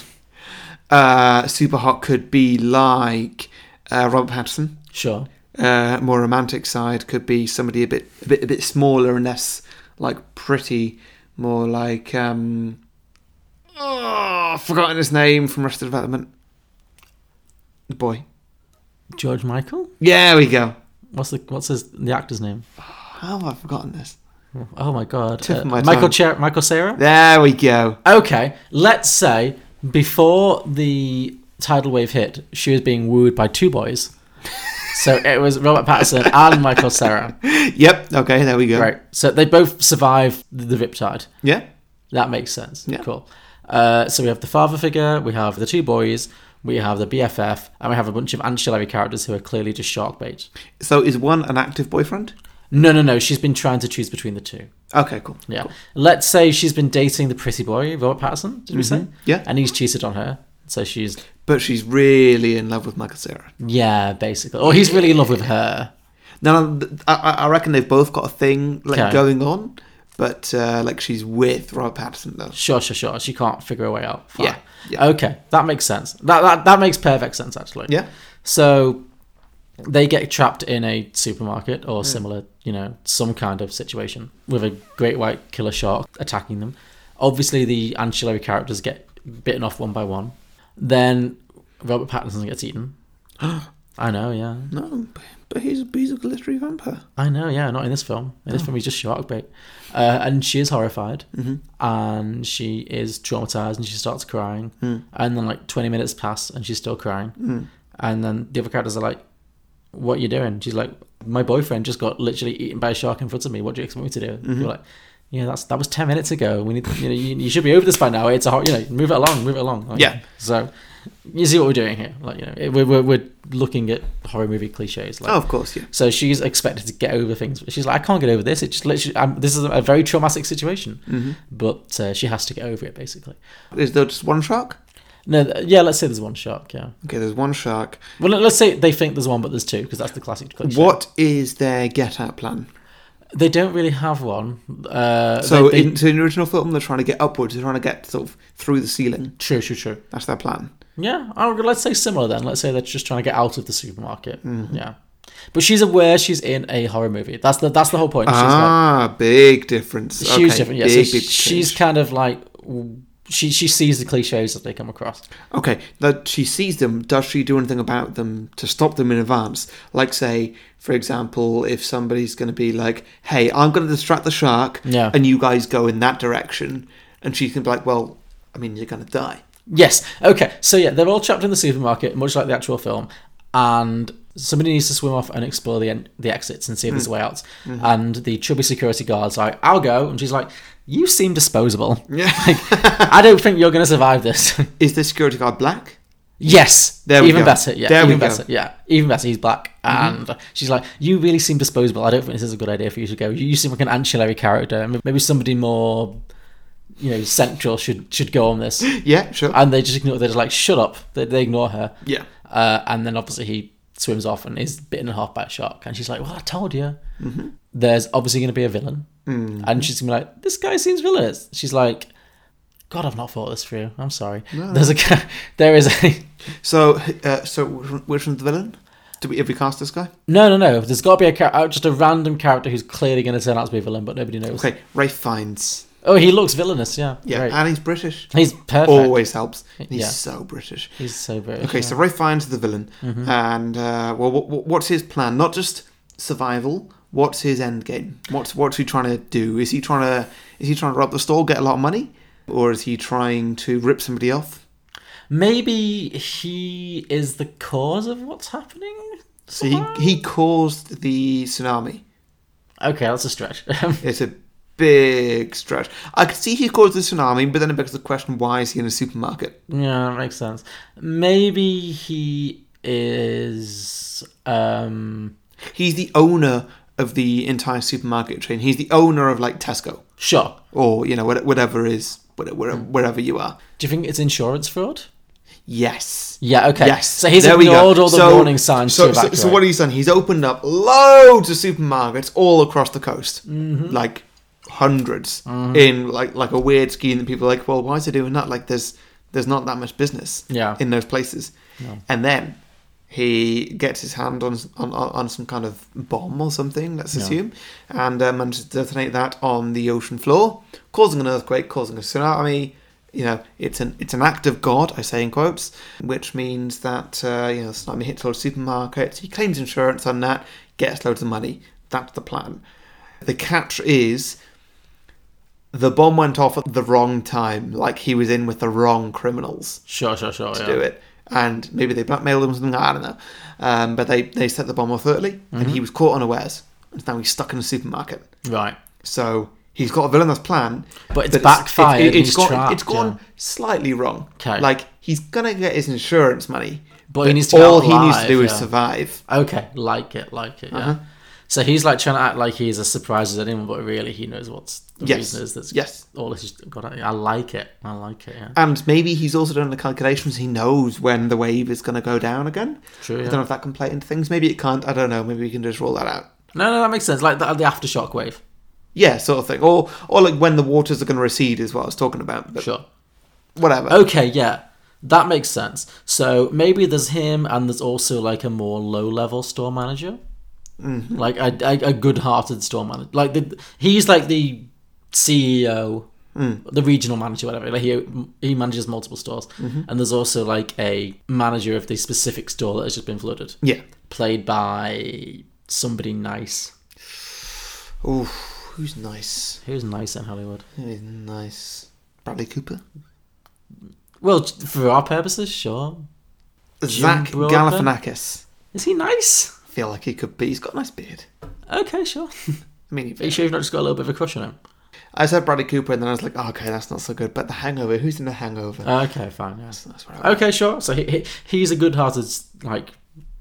S1: Uh, super hot could be like uh, Robert Pattinson.
S2: Sure.
S1: uh, more romantic side could be somebody a bit a bit a bit smaller and less like pretty, more like um oh, I've forgotten his name from Arrested Development. The boy.
S2: George Michael.
S1: Yeah, we go.
S2: What's the what's his the actor's name?
S1: How have I forgotten this?
S2: Oh my god.
S1: Tip of my
S2: Michael
S1: tongue.
S2: Cher- Michael Sarah.
S1: There we go.
S2: Okay, let's say before the tidal wave hit, she was being wooed by two boys. so it was Robert Pattinson and Michael Cera.
S1: Yep. Okay, there we go.
S2: Right. So they both survive the riptide.
S1: Yeah.
S2: That makes sense.
S1: Yeah.
S2: Cool. Uh, so we have the father figure, we have the two boys, we have the BFF, and we have a bunch of ancillary characters who are clearly just shark bait.
S1: So is one an active boyfriend?
S2: No, no, no. She's been trying to choose between the two.
S1: Okay, cool.
S2: Yeah. Let's say she's been dating the pretty boy, Robert Pattinson, did we say?
S1: Mm-hmm. Yeah.
S2: And he's cheated on her. So she's
S1: But she's really in love with Michael Cera.
S2: Yeah, basically. Or he's really in love with her.
S1: Now, th- I, I- I reckon they've both got a thing like
S2: Okay.
S1: going on, but uh, like she's with Robert Pattinson though.
S2: Sure, sure, sure. She can't figure a way out. Fine.
S1: Yeah, yeah.
S2: Okay, that makes sense. That, that that makes perfect sense actually.
S1: Yeah.
S2: So they get trapped in a supermarket or similar, you know, some kind of situation with a great white killer shark attacking them. Obviously, the ancillary characters get bitten off one by one. Then Robert Pattinson gets eaten. I know, yeah.
S1: No, but he's, he's a glittery vampire.
S2: I know, yeah, not in this film. In this film, he's just shark bait. Uh, and she is horrified and she is traumatized and she starts crying. And then, like, 20 minutes pass and she's still crying. And then the other characters are like, What are you doing? She's like, My boyfriend just got literally eaten by a shark in front of me. What do you expect me to do? You're like, yeah, that's that was ten minutes ago. We need, you know, you, you should be over this by now. It's a, hor- you know, move it along, move it along. Like,
S1: Yeah.
S2: So you see what we're doing here. Like you know, it- we're we're, we're looking at horror movie cliches. Like,
S1: Oh, of course, yeah.
S2: So she's expected to get over things, but she's like, I can't get over this. It just literally, I'm, this is a very traumatic situation,
S1: Mm-hmm.
S2: but uh, she has to get over it basically.
S1: Is there just one shark?
S2: No, th- yeah, let's say there's one shark. Yeah,
S1: Okay, there's one shark.
S2: well, let- let's say they think there's one, but there's two because that's the classic cliche.
S1: What is their get out plan?
S2: They don't really have one. Uh,
S1: So,
S2: they, they,
S1: in, so in the original film, they're trying to get upwards. They're trying to get sort of through the ceiling.
S2: true, true, true.
S1: That's their plan.
S2: Yeah, I would- let's say similar then. Let's say they're just trying to get out of the supermarket.
S1: Mm-hmm.
S2: Yeah, but she's aware she's in a horror movie. That's the that's the whole point. She's like-
S1: ah, big difference.
S2: She's
S1: okay,
S2: different. Yeah, so
S1: big, big
S2: she's
S1: change.
S2: kind of like she she sees the cliches that they come across.
S1: okay. That she sees them. Does she do anything about them to stop them in advance? Like, say, for example, if somebody's going to be like, "Hey, I'm going to distract the shark,"
S2: Yeah.
S1: and you guys go in that direction, and she can be like, "Well, I mean, you're going to die."
S2: Yes. Okay. So yeah, they're all trapped in the supermarket, much like the actual film, and somebody needs to swim off and explore the en- the exits and see if
S1: Hmm.
S2: there's a way out.
S1: Mm-hmm.
S2: And the chubby security guard's like, "I'll go," and she's like, "You seem disposable. Yeah. I don't think you're going to survive this."
S1: Is this security guard black?
S2: yes.
S1: There we
S2: even
S1: go.
S2: better. Yeah.
S1: There we
S2: even
S1: go. Mm-hmm.
S2: better. Yeah. Even better. He's black, and she's like, "You really seem disposable. I don't think this is a good idea for you to go. You, you seem like an ancillary character. Maybe somebody more." You know, central should should go on this
S1: Yeah, sure.
S2: and they just ignore. They're just like, "Shut up!" They, they ignore her.
S1: Yeah.
S2: Uh, and then obviously he swims off and is bitten in half by a shark, and she's like, "Well, I told you."
S1: Mm-hmm.
S2: There's obviously going to be a villain, and she's gonna be like, "This guy seems villainous." She's like, "God, I've not thought this through. I'm sorry." There's a guy. There is a.
S1: so, uh, so which one- which one's the villain? Do we, have we cast this guy?
S2: No, no, no. There's got to be a character, just a random character who's clearly going to turn out to be a villain, but nobody knows.
S1: Okay, Rafe Fiennes.
S2: Oh, he looks villainous. Yeah.
S1: Yeah,
S2: Great.
S1: and he's British.
S2: He's perfect.
S1: Always helps. He's
S2: Yeah.
S1: so British.
S2: He's so British.
S1: Okay,
S2: yeah.
S1: so Rafe Fiennes is the villain, and uh, well, what, what- what's his plan? Not just survival. What's his end game? What's what's he trying to do? Is he trying to is he trying to rob the store, get a lot of money, or is he trying to rip somebody off?
S2: Maybe he is the cause of what's happening.
S1: So he he caused the tsunami.
S2: Okay, that's a stretch.
S1: It's a big stretch. I could see he caused the tsunami, but then it begs the question: Why is he in a supermarket?
S2: yeah, that makes sense. Maybe he is. Um,
S1: He's the owner of the entire supermarket chain. He's the owner of like Tesco.
S2: sure.
S1: or you know what- whatever is whatever, wherever you are.
S2: Do you think it's insurance fraud?
S1: Yes.
S2: Yeah. Okay.
S1: Yes.
S2: So he's
S1: There we go.
S2: ignored all the
S1: So-
S2: warning signs
S1: So,
S2: to
S1: so,
S2: evacuate.
S1: so what he's done? He's opened up loads of supermarkets all across the coast,
S2: Mm-hmm.
S1: like 100s in like like a weird scheme that people are like, well, why is he doing that? Like there's there's not that much business
S2: Yeah.
S1: in those places, and then. He gets his hand on, on on some kind of bomb or something, let's assume, and uh, manages to detonate that on the ocean floor, causing an earthquake, causing a tsunami, you know, it's an it's an act of God, I say in quotes, which means that uh, you know, Snyder hits all the supermarkets. He claims insurance on that, gets loads of money. That's the plan. The catch is the bomb went off at the wrong time, like he was in with the wrong criminals
S2: sure. Sure. Sure.
S1: to
S2: yeah.
S1: do it. And maybe they blackmailed him or something, I don't know. Um, but they, they set the bomb off early,
S2: Mm-hmm.
S1: and he was caught unawares. And now he's stuck in a supermarket.
S2: Right.
S1: So he's got a villainous plan,
S2: But it's backfired and he's
S1: gone,
S2: trapped,
S1: it's gone
S2: yeah.
S1: slightly wrong.
S2: 'Kay.
S1: Like he's gonna get his insurance money,
S2: But he needs to get
S1: all
S2: out
S1: he needs to
S2: alive,
S1: do is
S2: yeah.
S1: survive.
S2: Okay. Like it. Like it. Yeah.
S1: Uh-huh.
S2: So he's like trying to act like he's as surprised as anyone, but really he knows what's the
S1: Yes.
S2: reason is that's
S1: Yes.
S2: all this is. God, I, I like it. I like it. Yeah.
S1: And maybe he's also done the calculations. He knows when the wave is gonna go down again.
S2: True,
S1: I
S2: yeah.
S1: don't know if that can play into things. Maybe it can't. I don't know. Maybe we can just roll that out.
S2: No, no, that makes sense. Like the, the aftershock wave.
S1: Yeah, sort of thing. Or or like when the waters are gonna recede is what I was talking about. But
S2: Sure. Oh.
S1: Whatever.
S2: Okay, yeah. That makes sense. So maybe there's him and there's also like a more low level store manager. Like a, a, a good hearted store manager. Like the, he's like the CEO, the regional manager, whatever. Like he, he manages multiple stores. And there's also like a manager of the specific store that has just been flooded.
S1: Yeah.
S2: Played by somebody nice.
S1: Ooh, who's nice?
S2: Who's nice in Hollywood?
S1: Who's nice? Bradley Cooper.
S2: Well, for our purposes, sure.
S1: Zach
S2: Broadbent?
S1: Galifianakis.
S2: Is he nice?
S1: I feel like he could be. He's got a nice beard.
S2: Okay, sure.
S1: I mean,
S2: Are you
S1: he-
S2: sure you've not just got a little bit of a crush on him?
S1: I said Bradley Cooper, and then I was like, oh, okay, that's not so good. But The Hangover, who's in The Hangover?
S2: Uh, Okay, fine. Yes.
S1: that's where I
S2: Okay, sure. So he, he he's a good-hearted like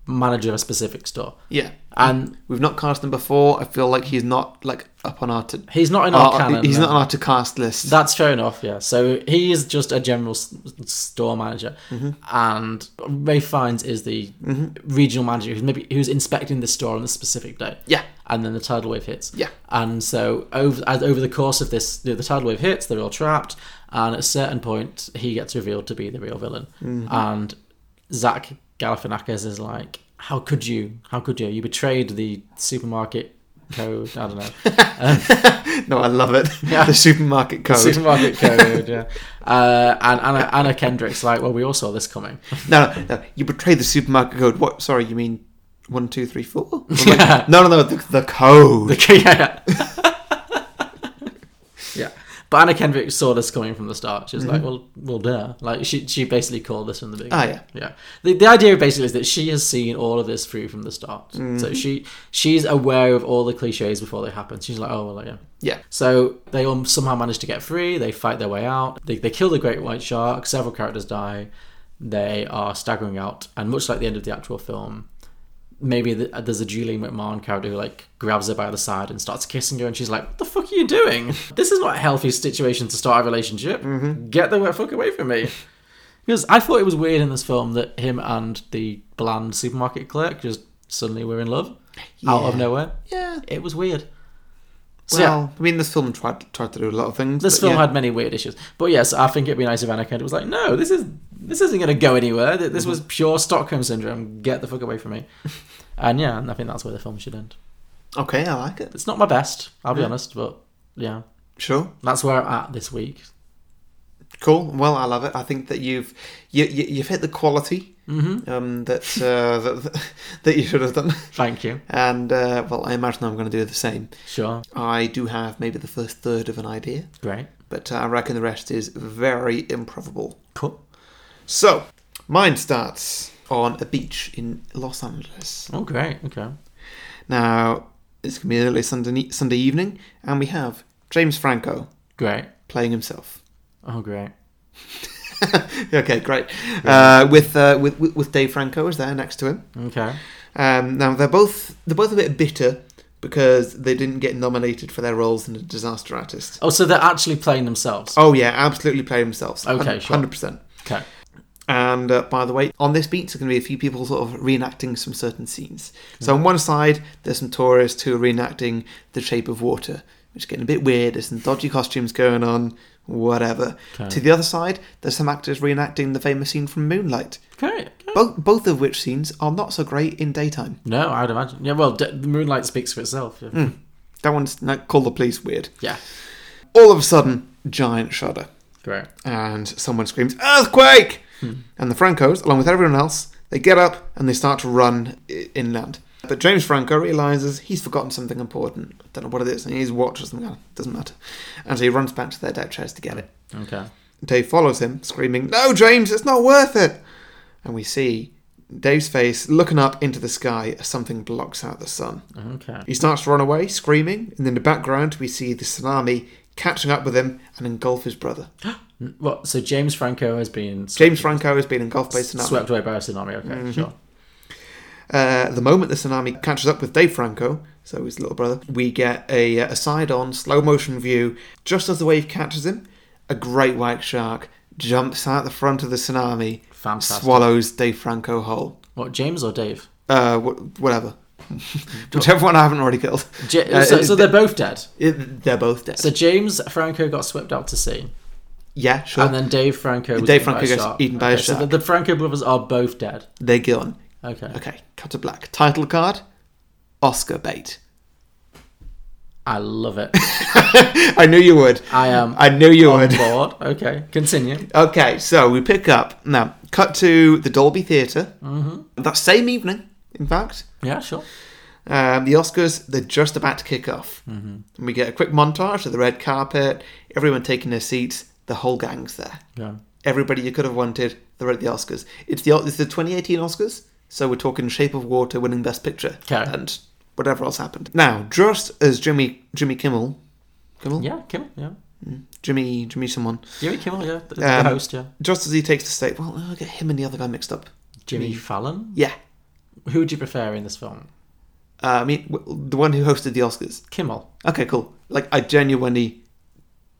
S2: manager of a specific store,
S1: yeah,
S2: and
S1: we've not cast him before. I feel like he's not like up on our. To-
S2: he's not in our
S1: our-
S2: canon.
S1: Uh, He's
S2: no.
S1: not on our to cast list.
S2: That's fair enough, yeah. So he is just a general s- store manager,
S1: Mm-hmm.
S2: and Ray Fiennes is the regional manager who's maybe who's inspecting the store on a specific day.
S1: Yeah.
S2: and then the tidal wave hits.
S1: Yeah.
S2: and so over as, over the course of this, the, the tidal wave hits. They're all trapped, and at a certain point, he gets revealed to be the real villain.
S1: Mm-hmm.
S2: And Zach Galifianakis is like, "How could you? How could you? You betrayed the supermarket." Code, I don't know.
S1: no, I love it. the supermarket code.
S2: Supermarket code, yeah. Uh, and Anna, Anna Kendrick's like, well, we all saw this coming.
S1: no, no, no, you betrayed the supermarket code. What? Sorry, you mean one, two, three, four? I'm like, no, no, no, the, the code.
S2: yeah. yeah. But Anna Kendrick saw this coming from the start. She was like, well, well, duh. Like, she, she basically called this from the beginning.
S1: Mm-hmm. Ah, yeah.
S2: Yeah. The, the idea basically is that she has seen all of this through from the start. So she she's aware of all the cliches before they happen. She's like, oh, well, yeah.
S1: yeah,
S2: So they all somehow manage to get free. They fight their way out. They, they kill the great white shark. Several characters die. They are staggering out, and much like the end of the actual film, maybe the, there's a Julie McMahon character who like grabs her by the side and starts kissing her, and she's like, "What the fuck are you doing? This is not a healthy situation to start a relationship. Get the fuck away from me." Because I thought it was weird in this film that him and the bland supermarket clerk just suddenly were in love out of
S1: Yeah.
S2: nowhere.
S1: yeah.
S2: It was weird. So,
S1: Well,
S2: yeah.
S1: I mean, this film tried tried to do a lot of things.
S2: This
S1: but
S2: film
S1: yeah.
S2: had many weird issues, but yes, I think it'd be nice if Anna Kendrick was like, "No, this is this isn't going to go anywhere. Th- This
S1: Mm-hmm.
S2: was pure Stockholm syndrome. Get the fuck away from me." and yeah, and I think that's where the film should end.
S1: Okay, I like it.
S2: It's not my best, I'll be honest, but yeah,
S1: Sure,
S2: that's where I'm at this week.
S1: cool. Well, I love it. I think that you've you, you you've hit the quality
S2: Mm-hmm.
S1: um, that, uh, that that you should have done.
S2: Thank you.
S1: And uh, well, I imagine I'm going to do the same.
S2: Sure,
S1: I do have maybe the first third of an idea,
S2: great,
S1: but uh, I reckon the rest is very improbable.
S2: cool.
S1: So, mine starts on a beach in Los Angeles.
S2: Oh, great. Okay.
S1: Now, it's going to be an early Sunday, Sunday evening, and we have James Franco
S2: Great.
S1: playing himself.
S2: Oh, great.
S1: okay, great. Uh, with, uh, with with with Dave Franco is there next to him.
S2: Okay.
S1: Um, now they're both they're both a bit bitter because they didn't get nominated for their roles in a Disaster Artist.
S2: Oh, so they're actually playing themselves.
S1: Oh yeah, absolutely play themselves.
S2: Okay, sure.
S1: hundred percent.
S2: Okay.
S1: And uh, by the way, on this beat, there's going to be a few people sort of reenacting some certain scenes. So on one side, there's some tourists who are reenacting The Shape of Water, which is getting a bit weird. There's some dodgy costumes going on, whatever. To the other side, there's some actors reenacting the famous scene from Moonlight.
S2: Great. okay.
S1: Both both of which scenes are not so great in daytime.
S2: No, I would imagine. Yeah. Well, d- the moonlight speaks for itself. Yeah.
S1: Hmm. That one's like call the police weird.
S2: yeah.
S1: All of a sudden, giant shudder.
S2: Great.
S1: and someone screams earthquake and the francos along with everyone else they get up and they start to run i- inland but james franco realizes he's forgotten something important don't know what it is and his watch or something doesn't matter and so he runs back to their deck chairs to get it
S2: Okay.
S1: dave follows him screaming no james it's not worth it and we see dave's face looking up into the sky as something blocks out the sun
S2: Okay.
S1: he starts to run away screaming and in the background we see the tsunami catching up with him and engulf his brother
S2: What? So James Franco has been
S1: James Franco has been engulfed by tsunami. Mm-hmm.
S2: swept away by a tsunami. Okay, sure.
S1: Uh, the moment the tsunami catches up with Dave Franco, so his little brother, we get a, a side-on slow motion view. Just as the wave catches him, a great white shark jumps out the front of the tsunami,
S2: Fantastic.
S1: swallows Dave Franco whole.
S2: What? James or Dave?
S1: Uh, wh- whatever. Whichever one I haven't already killed.
S2: J-
S1: Uh,
S2: so,
S1: it-
S2: so they're both dead.
S1: it- they're both dead.
S2: So James Franco got swept out to sea,
S1: yeah, sure.
S2: and then Dave Franco. Was
S1: Dave
S2: eaten by
S1: Franco
S2: a
S1: gets
S2: shark.
S1: eaten by a
S2: Okay, So
S1: shark.
S2: the, the Franco brothers are both dead.
S1: they're gone.
S2: Okay.
S1: Okay, cut to black. Title card: Oscar bait.
S2: I love it.
S1: I knew you would.
S2: I am Oh,
S1: I knew you
S2: on
S1: would.
S2: board. Okay, continue.
S1: Okay, so we pick up now. Cut to the Dolby theater
S2: Mm-hmm.
S1: That same evening, in fact,
S2: Yeah, sure.
S1: um, the Oscars they're just about to kick off. Mm-hmm. And we get a quick montage of the red carpet, everyone taking their seats. The whole gang's there.
S2: Yeah.
S1: Everybody you could have wanted. They're at the Oscars. It's the it's the 2018 Oscars, so we're talking Shape of Water winning Best Picture
S2: Okay.
S1: and whatever else happened. Now, just as Jimmy Jimmy Kimmel Kimmel?
S2: Yeah, Kimmel. Yeah,
S1: Jimmy, Jimmy someone.
S2: Jimmy Kimmel. Yeah, the, the
S1: Um,
S2: host. Yeah,
S1: Just as he takes the stage, well, I get him and the other guy mixed up.
S2: Jimmy Fallon.
S1: Yeah.
S2: Who would you prefer in this film?
S1: Uh, I mean, w- the one who hosted the Oscars.
S2: Kimmel.
S1: Okay, cool. Like, I genuinely,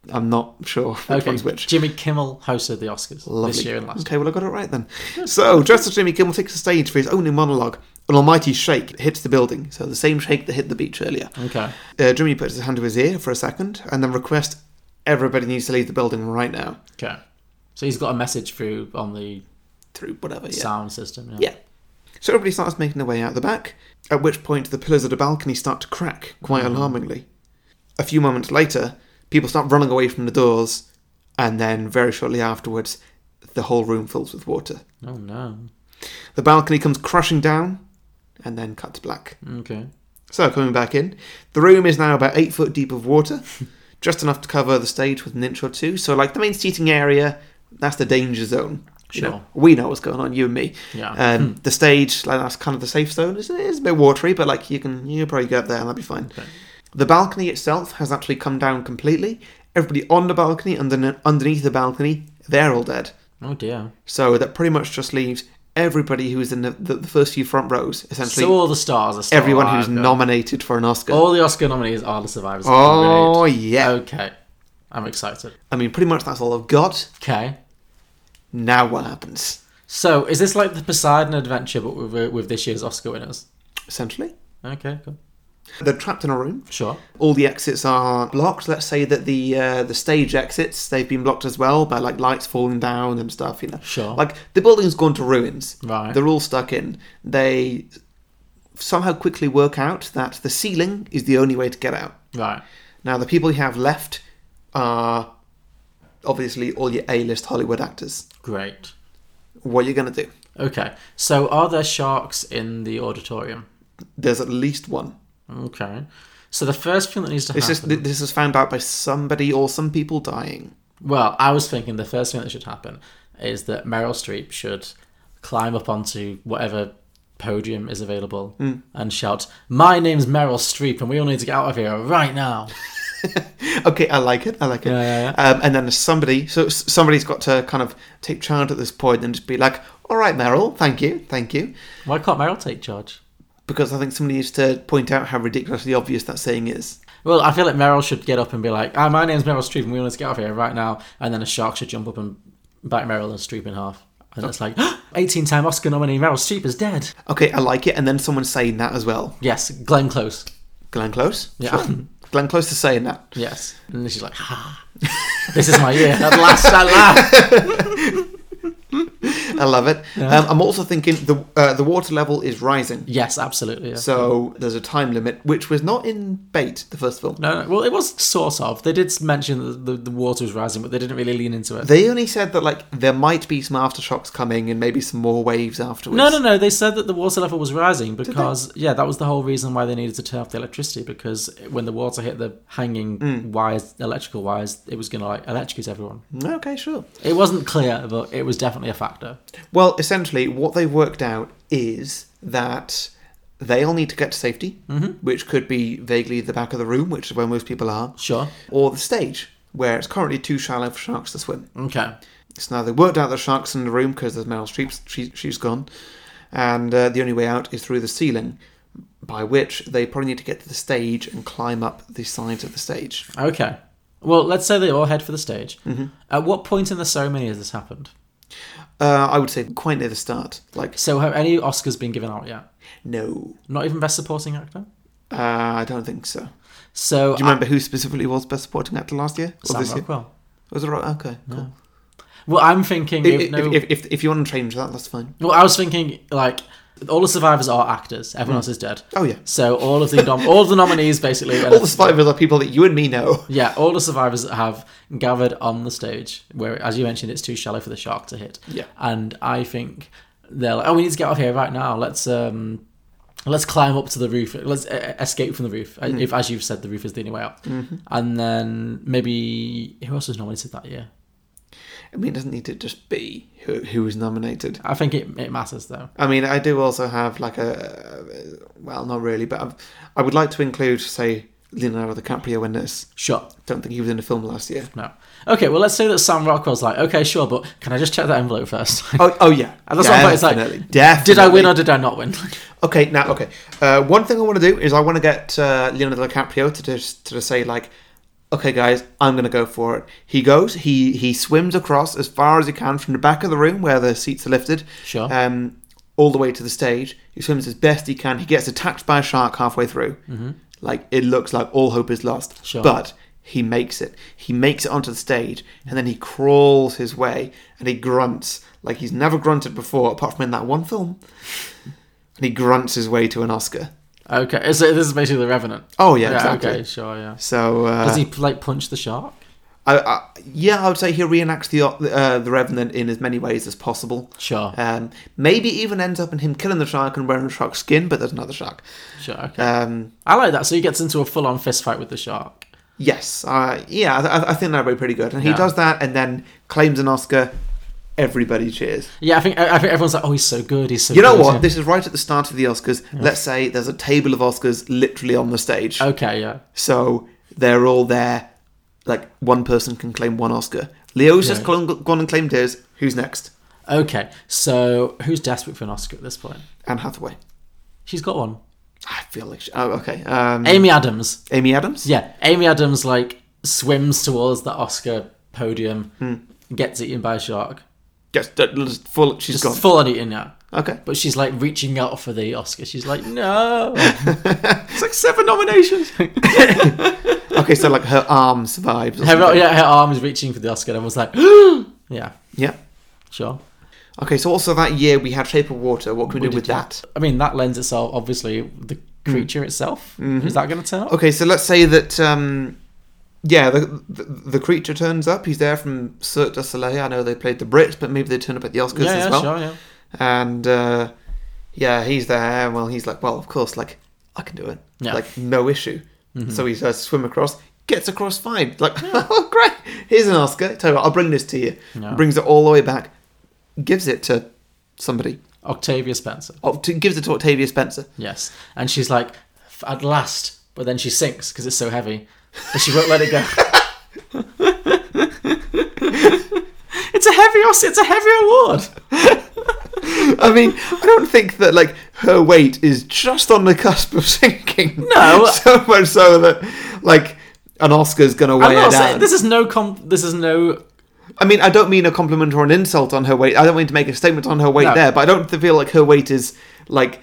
S1: I'm not sure which
S2: Okay,
S1: one's which.
S2: Jimmy Kimmel hosted the Oscars
S1: Lovely.
S2: this year and last.
S1: Okay, well, I got it right then. So, just as Jimmy Kimmel takes the stage for his own monologue, an almighty shake hits the building. So, the same shake that hit the beach earlier.
S2: Okay.
S1: Uh, Jimmy puts his hand to his ear for a second and then requests everybody needs to leave the building right now
S2: Okay. So he's got a message through on the
S1: through whatever. Yeah.
S2: sound system. Yeah.
S1: Yeah. So everybody starts making their way out the back, at which point the pillars of the balcony start to crack quite alarmingly. A few moments later, people start running away from the doors, and then very shortly afterwards, the whole room fills with water.
S2: Oh no.
S1: The balcony comes crashing down, and then cut to black.
S2: Okay.
S1: So coming back in, the room is now about eight foot deep of water, just enough to cover the stage with an inch or two. So like the main seating area, that's the danger zone. You know,
S2: Sure.
S1: we know what's going on, you and me.
S2: Yeah. Hmm.
S1: Um, The stage, like that's kind of the safe zone. It's, it's a bit watery, but like you can, you probably go up there and that'll be fine. The balcony itself has actually come down completely. Everybody on the balcony and then underneath the balcony, they're all dead.
S2: Oh dear.
S1: So that pretty much just leaves everybody who was in the, the, the first few front rows, essentially
S2: So all the stars are still
S1: everyone
S2: alive,
S1: who's
S2: though.
S1: nominated for an Oscar.
S2: All the Oscar nominees are the survivors. of
S1: Oh,
S2: the raid.
S1: yeah.
S2: Okay. I'm excited.
S1: I mean, pretty much that's all I've got.
S2: Okay.
S1: Now what happens?
S2: So is this like the Poseidon Adventure, but with, with this year's Oscar winners?
S1: Essentially,
S2: Okay. Cool.
S1: they're trapped in a room.
S2: Sure.
S1: All the exits are blocked. Let's say that the uh, the stage exits they've been blocked as well by like lights falling down and stuff. You know,
S2: Sure.
S1: Like the building's gone to ruins.
S2: Right.
S1: They're all stuck in. They somehow quickly work out that the ceiling is the only way to get out.
S2: Right.
S1: Now the people you have left are obviously all your A-list Hollywood actors.
S2: Great.
S1: What are you gonna do?
S2: Okay. So are there sharks in the auditorium?
S1: There's at least one.
S2: Okay. So the first thing that needs to
S1: This
S2: happen.
S1: is this is found out by somebody or some people dying.
S2: Well, I was thinking the first thing that should happen is that Meryl Streep should climb up onto whatever podium is available and shout, "My name's Meryl Streep, and we all need to get out of here right now."
S1: Okay, I like it. I like it.
S2: yeah,
S1: Um, and then there's somebody. So s- somebody's got to kind of take charge at this point and just be like, "All right, Meryl, thank you, thank you,"
S2: Why can't Meryl take charge?
S1: because I think somebody needs to point out how ridiculously obvious that saying is.
S2: Well, I feel like Meryl should get up and be like, "Ah, "My name's Meryl Streep, and we all need to get out of here right now." And then a shark should jump up and bite Meryl and Streep in half. And it's like, 18-time Oscar nominee Meryl Streep is dead.
S1: Okay, I like it. And then someone saying that as well.
S2: Yes, Glenn Close.
S1: Glenn Close.
S2: Yeah.
S1: Sure. Glenn Close is saying that.
S2: Yes. And then she's like, "Ha, this is my year. At last, at last."
S1: I love it. Um, I'm also thinking the uh, the water level is rising.
S2: Yes, absolutely. yeah.
S1: So there's a time limit, which was not in Bait, the first film.
S2: No, no, well, it was sort of. They did mention that the, the water was rising, but they didn't really lean into it.
S1: They only said that like there might be some aftershocks coming and maybe some more waves afterwards.
S2: no, no, no. They said that the water level was rising because, yeah, that was the whole reason why they needed to turn off the electricity because when the water hit the hanging wires, electrical wires, it was going to like electrocute everyone.
S1: no. Okay, sure.
S2: It wasn't clear, but it was definitely a factor.
S1: Well, essentially, what they've worked out is that they all need to get to safety,
S2: Mm-hmm.
S1: which could be vaguely the back of the room, which is where most people are,
S2: Sure.
S1: or the stage, where it's currently too shallow for sharks to swim.
S2: Okay.
S1: So now they worked out the sharks in the room because there's Meryl Streep, she, she's gone, and uh, the only way out is through the ceiling, by which they probably need to get to the stage and climb up the sides of the stage.
S2: Okay. Well, let's say they all head for the stage. At what point in the ceremony has this happened?
S1: Uh, I would say quite near the start. Like,
S2: So, have any Oscars been given out yet?
S1: no,
S2: Not even Best Supporting Actor?
S1: uh, I don't think so.
S2: So,
S1: Do you remember who specifically was best supporting actor last year? Or
S2: Sam
S1: this year?
S2: Rockwell.
S1: Was it right? Okay, cool.
S2: Well, I'm thinking.
S1: If,
S2: no-
S1: if, if, if, if you want to change that, that's fine.
S2: Well, I was thinking like all the survivors are actors. Everyone else is dead.
S1: Oh, yeah.
S2: So all of the nom- all of the nominees basically.
S1: All the survivors are people that you and me know.
S2: yeah, all the survivors have gathered on the stage where, as you mentioned, it's too shallow for the shark to hit.
S1: Yeah.
S2: And I think they're like, oh, we need to get out of here right now. Let's um, let's climb up to the roof. Let's uh, escape from the roof. Uh, If, as you've said, the roof is the only way out. And then maybe who else was nominated that year?
S1: I mean, it doesn't need to just be who, who was nominated.
S2: I think it it matters though.
S1: I mean, I do also have like a well, not really, but I've, I would like to include, say, Leonardo DiCaprio in this.
S2: Sure.
S1: Don't think he was in the film last year.
S2: No. Okay, well, let's say that Sam Rockwell's like, okay, sure, but can I just check that envelope first?
S1: Oh, oh yeah.
S2: and that's what I'm like, it's like, did I win or did I not win?
S1: Okay, now okay. Uh, one thing I want to do is I want to get uh, Leonardo DiCaprio to just to just say like, okay, guys, I'm gonna go for it. He goes, he he swims across as far as he can from the back of the room where the seats are lifted,
S2: Sure.
S1: um, all the way to the stage. He swims as best he can. He gets attacked by a shark halfway through. Like it looks like all hope is lost,
S2: Mm-hmm. Sure.
S1: but he makes it. He makes it onto the stage, and then he crawls his way and he grunts like he's never grunted before, apart from in that one film and he grunts his way to an Oscar.
S2: okay, so this is basically the Revenant.
S1: Oh, yeah, exactly.
S2: Okay, sure, yeah.
S1: So uh,
S2: Does he like punch the shark?
S1: I, I, yeah, I would say he reenacts the uh, the Revenant in as many ways as possible.
S2: Sure.
S1: Um, maybe even ends up in him killing the shark and wearing a shark's skin, but there's another shark.
S2: Sure, okay.
S1: Um,
S2: I like that. So he gets into a full on fist fight with the shark.
S1: yes, uh, yeah, I, I- I think that'd be pretty good. And he
S2: Yeah.
S1: does that, and then claims an Oscar. Everybody cheers.
S2: Yeah, I think I I think everyone's like, oh, he's so good. He's so.
S1: You know
S2: good.
S1: what?
S2: yeah.
S1: This is right at the start of the Oscars. Let's say there's a table of Oscars literally on the stage.
S2: Okay, yeah.
S1: So they're all there. Like one person can claim one Oscar. Leo's just
S2: Right.
S1: gone gone and claimed his. Who's next?
S2: Okay, so who's desperate for an Oscar at this point?
S1: Anne Hathaway.
S2: She's got one.
S1: I feel like she, oh okay. Um,
S2: Amy Adams.
S1: Amy Adams.
S2: Yeah, Amy Adams like swims towards the Oscar podium, gets eaten by a shark,
S1: Yes, d- just full. She's
S2: just
S1: Hmm. gone.
S2: full on eaten now.
S1: Okay.
S2: But she's like reaching out for the Oscar. She's like, no.
S1: It's like seven nominations. okay, so like her arm survives. or
S2: her,
S1: something.
S2: yeah, her arm is reaching for the Oscar, and I was like, yeah,
S1: yeah.
S2: sure.
S1: Okay, so also that year we had Shape of Water. What can we, do with that? Hmm.
S2: I mean, that lends itself obviously the creature itself. Is that going to turn up?
S1: Mm-hmm. Okay, so let's say that um, yeah, the, the the creature turns up. He's there from Cirque du Soleil. I know they played the Brits, but maybe they turn up at the Oscars
S2: Yeah,
S1: as
S2: yeah,
S1: well.
S2: sure, yeah.
S1: and uh, yeah, he's there. Well, he's like, well, of course, like I can do it,
S2: Yeah. Mm-hmm.
S1: like no issue. So he says, swim across, gets across fine. Like, oh great, here's an Oscar. Tell you what, I'll bring this to you.
S2: Yeah.
S1: Brings it all the way back, gives it to somebody,
S2: Octavia Spencer.
S1: Oct- gives it to Octavia Spencer.
S2: Yes, and she's like, "F- at last, but then she sinks because it's so heavy, but she won't let it go. it's a heavy os. It's a heavy award.
S1: I mean, I don't think that like her weight is just on the cusp of sinking.
S2: No.
S1: so much so that like an Oscar's gonna
S2: I'm
S1: weigh her
S2: not
S1: down.
S2: saying this is no com. This is no.
S1: I mean, I don't mean a compliment or an insult on her weight. I don't mean to make a statement on her weight
S2: No.
S1: there, but I don't feel like her weight is like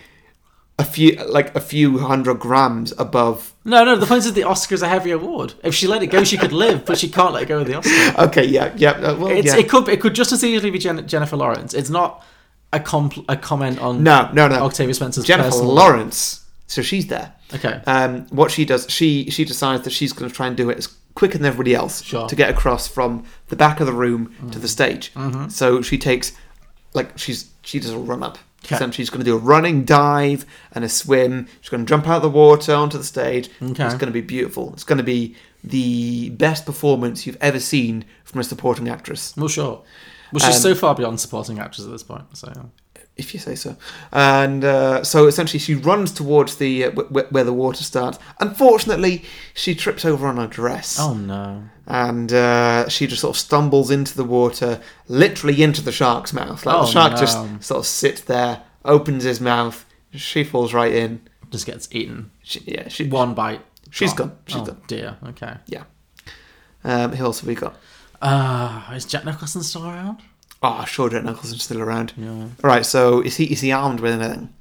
S1: a few like a few hundred grams above.
S2: No, no. The point is, the Oscar is a heavy award. If she let it go, she could live, but she can't let go of the Oscar.
S1: Okay, yeah, yeah. uh, well,
S2: It's,
S1: yeah.
S2: It could. It could just as easily be Jen- Jennifer Lawrence. It's not a comp- a comment on
S1: no, no, no.
S2: Octavia Spencer's
S1: Jennifer
S2: personal-
S1: Lawrence. So she's there.
S2: Okay.
S1: Um, what she does, she she decides that she's going to try and do it as quicker than everybody else
S2: Sure.
S1: to get across from the back of the room to the stage.
S2: Mm-hmm.
S1: So she takes, like, she's she does a run up.
S2: Okay.
S1: So she's going to do a running dive and a swim. She's going to jump out of the water onto the stage.
S2: Okay.
S1: It's going to be beautiful. It's going to be the best performance you've ever seen from a supporting actress,
S2: Well, sure. Well, she's
S1: Um,
S2: so far beyond supporting actors at this point. So. yeah.
S1: if you say so. And uh, so essentially, she runs towards the uh, w- w- where the water starts. Unfortunately, she trips over on her dress.
S2: Oh no.
S1: and uh, she just sort of stumbles into the water, literally into the shark's mouth. Like
S2: Oh,
S1: the shark
S2: no.
S1: just sort of sits there, opens his mouth, she falls right in.
S2: Just gets eaten.
S1: She, yeah, she
S2: One bite.
S1: She's
S2: gone.
S1: gone. She's
S2: oh,
S1: gone.
S2: dear. Okay.
S1: Yeah. Um, who else have we got?
S2: Uh, is Jack Nicholson still around?
S1: Oh, sure, Jack Nicholson's still around. Right, so is he is he armed with anything?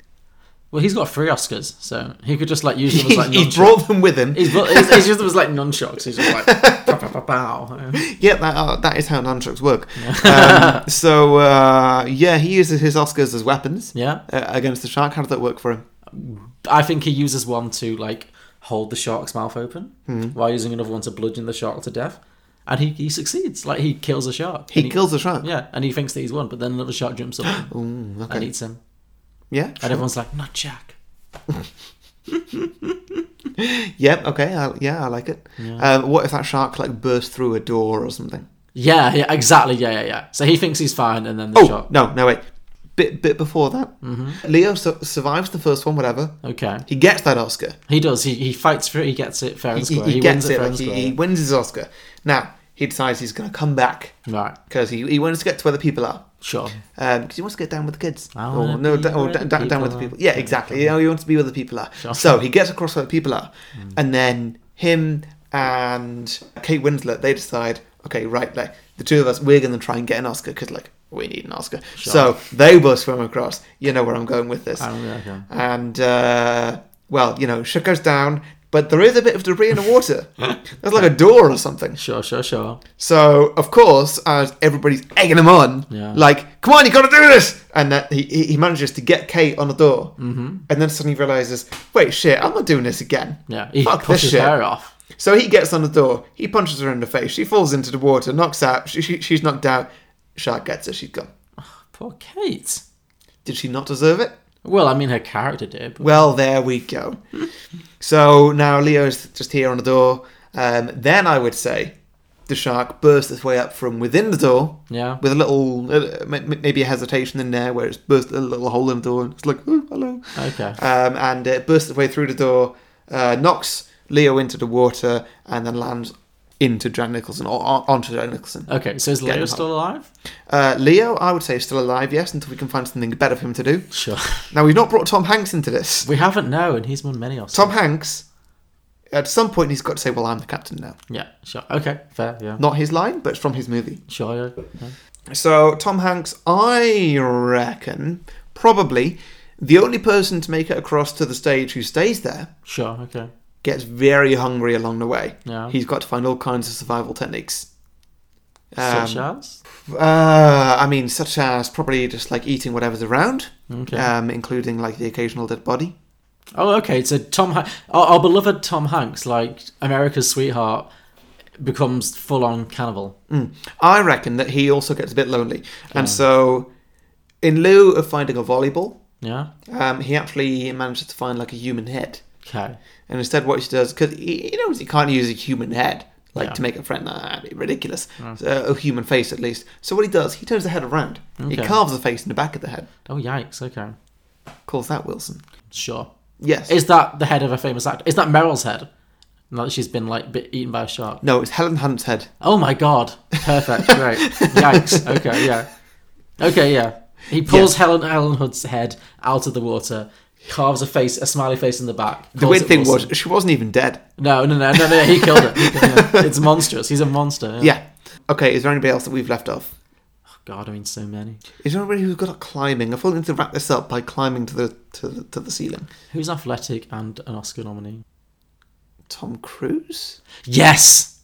S2: Well, he's got three Oscars, so he could just like use them as
S1: He,
S2: like
S1: he
S2: nunchucks.
S1: brought them with him.
S2: He's, brought- he's, he's used them as like nunchucks. He's just like pow, pow, pow, pow. Yeah.
S1: Yeah, that, uh, that is how nunchucks work. Um, so uh, yeah, he uses his Oscars as weapons
S2: Yeah.
S1: uh, against the shark. How did that work for him?
S2: I think he uses one to like hold the shark's mouth open
S1: Hmm.
S2: while using another one to bludgeon the shark to death, and he, he succeeds. Like he kills a shark.
S1: He,
S2: And
S1: kills the shark.
S2: Yeah, and he thinks that he's won, but then another shark jumps up and eats him,
S1: yeah.
S2: and everyone's like, "Not Jack."
S1: Yep. Okay. I, yeah, I like it. Um, what if that shark like burst through a door or something?
S2: Yeah, yeah, exactly. Yeah, yeah, yeah. So he thinks he's fine, and then the
S1: Oh
S2: shark. Mm-hmm.
S1: no, no wait. bit bit before that. Leo su- survives the first one, whatever.
S2: Okay.
S1: He gets that Oscar.
S2: He does. He, he fights for it. He gets it fair
S1: He,
S2: and
S1: he-
S2: square.
S1: he gets it.
S2: fair
S1: Like
S2: and
S1: he,
S2: square.
S1: he wins his Oscar. Now he decides he's going to come back
S2: Right.
S1: because he, he wants to get to where the people are.
S2: Sure.
S1: because Um, he wants to get down with the kids.
S2: I
S1: Or,
S2: wanna
S1: no,
S2: be
S1: da- or
S2: where
S1: da-
S2: the
S1: da- down
S2: people
S1: with the
S2: are.
S1: people. Yeah, exactly. You know, he wants to be where the people are. So he gets across where the people are,
S2: Mm.
S1: and then him and Kate Winslet they decide, okay, right, like the two of us, we're going to try and get an Oscar because like we need an Oscar. So they will swim across. You know where I'm going with this.
S2: I'm- yeah, yeah.
S1: And uh, well, you know, shit goes down. But there is a bit of debris in the water. There's like a door or something.
S2: Sure, sure, sure.
S1: So of course, as everybody's egging him on,
S2: Yeah.
S1: like, "Come on, you got to do this!" and that he he he manages to get Kate on the door, mm-hmm. and then suddenly realizes, "Wait, shit, I'm not doing this again."
S2: Yeah. He
S1: Fuck this
S2: pushes
S1: shit.
S2: her off.
S1: So he gets on the door, he punches her in the face, she falls into the water, knocks out, she, she, she's knocked out. Shark gets her, she's gone.
S2: Poor Kate.
S1: Did she not deserve it?
S2: Well, I mean, her character did. But
S1: Well, there we go. so now Leo's just here on the door. Um, then I would say the shark bursts its way up from within the door.
S2: Yeah.
S1: With a little, uh, ma- ma- maybe a hesitation in there where it's burst a little hole in the door and it's like, oh, hello.
S2: Okay.
S1: Um, and it bursts its way through the door, uh, knocks Leo into the water, and then lands into Jan Nicholson or on- onto Jan Nicholson.
S2: Okay, so is Leo
S1: him
S2: still alive?
S1: Uh, Leo, I would say, is still alive, yes, until we can find something better for him to do.
S2: Sure.
S1: Now, we've not brought Tom Hanks into this.
S2: We haven't now, and he's won many Oscars.
S1: Tom Hanks, at some point, he's got to say, Well, I'm the captain now.
S2: Yeah, sure. Okay, fair, yeah.
S1: Not his line, but it's from his movie.
S2: Sure, yeah. yeah.
S1: So, Tom Hanks, I reckon, probably the only person to make it across to the stage who stays there
S2: Sure, okay.
S1: gets very hungry along the way.
S2: Yeah.
S1: He's got to find all kinds of survival techniques.
S2: Such as?
S1: Uh, I mean, such as probably just like eating whatever's around,
S2: Okay.
S1: um, including like the occasional dead body.
S2: Oh, okay. So Tom, Han- our, our beloved Tom Hanks, like America's sweetheart, becomes full-on cannibal.
S1: I reckon that he also gets a bit lonely. And so, in lieu of finding a volleyball,
S2: Yeah.
S1: um, he actually manages to find like a human head.
S2: Okay.
S1: And instead, what he does, because he, he knows he can't use a human head like
S2: Yeah. Mm.
S1: to make a friend, uh, that'd be ridiculous. Uh, a human face, at least. So, what he does, he turns the head around. He
S2: Okay.
S1: carves the face in the back of the head.
S2: Oh, yikes. Okay.
S1: Calls that Wilson.
S2: Sure.
S1: Yes.
S2: Is that the head of a famous actor? Is that Meryl's head? Now that she's been like bit eaten by a shark.
S1: no, it's Helen Hunt's head.
S2: Oh my god. Perfect. Great. Yikes. Okay. Yeah. Okay. Yeah. He pulls Helen Helen Hood's head out of the water, carves a face, a smiley face in the back.
S1: The weird thing was, she wasn't even dead.
S2: no, no, no, no, no. He killed it. He killed it. It's monstrous. He's a monster. Yeah.
S1: Yeah. Okay, is there anybody else that we've left off?
S2: God, I mean, so many.
S1: Is there anybody who's got a climbing? I thought we need to wrap this up by climbing to the to the, to the ceiling.
S2: Who's athletic and an Oscar nominee?
S1: Tom Cruise?
S2: Yes.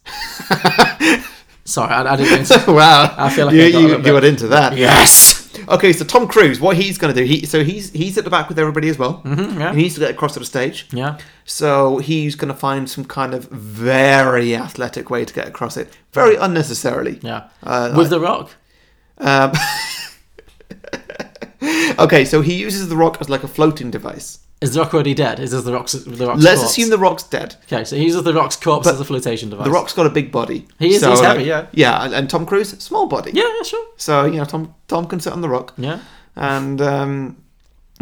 S2: Sorry, I, I didn't. Mean to...
S1: wow.
S2: I feel like
S1: you,
S2: I got a
S1: you,
S2: little
S1: you
S2: bit-
S1: got into that.
S2: Yes.
S1: Okay, so Tom Cruise, what he's going to do, he, so he's he's at the back with everybody as well. Mm-hmm,
S2: yeah.
S1: He needs to get across to the stage.
S2: Yeah.
S1: So he's going to find some kind of very athletic way to get across it, very unnecessarily.
S2: Yeah.
S1: Uh,
S2: With the Rock.
S1: Um, okay, so he uses the rock as like a floating device.
S2: Is the Rock already dead? Is this the Rock's the Rock's
S1: Let's
S2: corpse?
S1: assume the rock's dead.
S2: Okay, so he uses the Rock's corpse
S1: But
S2: as a flotation device.
S1: The Rock's got a big body.
S2: He is- he's heavy, yeah.
S1: Yeah, and, and Tom Cruise, small body.
S2: Yeah, yeah, sure.
S1: So, you know, Tom Tom can sit on the rock.
S2: Yeah.
S1: And, um,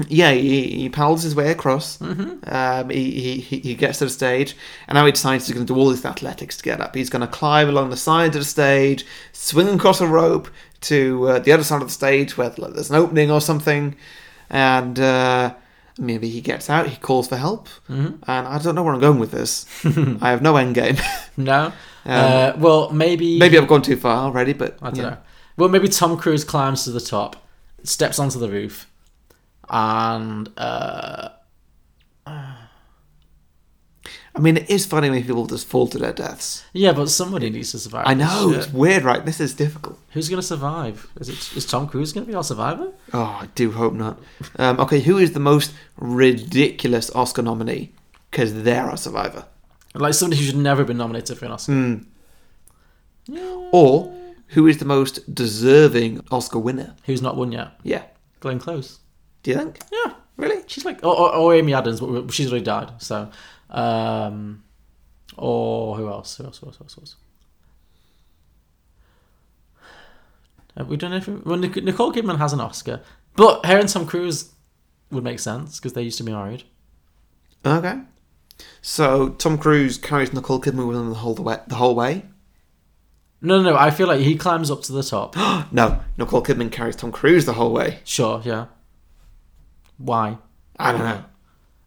S1: yeah, he, he paddles his way across. Mm-hmm. Um, he, he- he, he gets to the stage. And now he decides he's going to do all this athletics to get up. He's going to climb along the side of the stage, swing across a rope to uh, the other side of the stage where like, there's an opening or something. And uh, maybe he gets out, he calls for help.
S2: Mm-hmm.
S1: And I don't know where I'm going with this. I have no end game.
S2: No. uh, well, maybe.
S1: Maybe I've gone too far already, but
S2: I don't
S1: yeah.
S2: know. Well, maybe Tom Cruise climbs to the top, steps onto the roof, and uh,
S1: I mean, it is funny when people just fall to their deaths.
S2: yeah, but somebody needs to survive.
S1: I
S2: this
S1: know
S2: shit.
S1: it's weird, right? This is difficult.
S2: Who's gonna survive? Is it is Tom Cruise gonna be our survivor?
S1: Oh, I do hope not. Um, okay, who is the most ridiculous Oscar nominee? Because they're our survivor,
S2: Like somebody who should never have been nominated for an Oscar.
S1: or who is the most deserving Oscar winner?
S2: Who's not won yet?
S1: Yeah,
S2: Glenn Close.
S1: do you think?
S2: Yeah.
S1: Really?
S2: She's like, or, or, or Amy Adams, but she's already died. So, um, or who else? Who else? Who else? Who else? Who else? Uh, Have we done anything? Well, Nic- Nicole Kidman has an Oscar. But her and Tom Cruise would make sense because they used to be married.
S1: Okay. So Tom Cruise carries Nicole Kidman with him the whole the way. The whole way.
S2: No, no, no. I feel like he climbs up to the top.
S1: No, Nicole Kidman carries Tom Cruise the whole way.
S2: sure, yeah. Why?
S1: I don't know.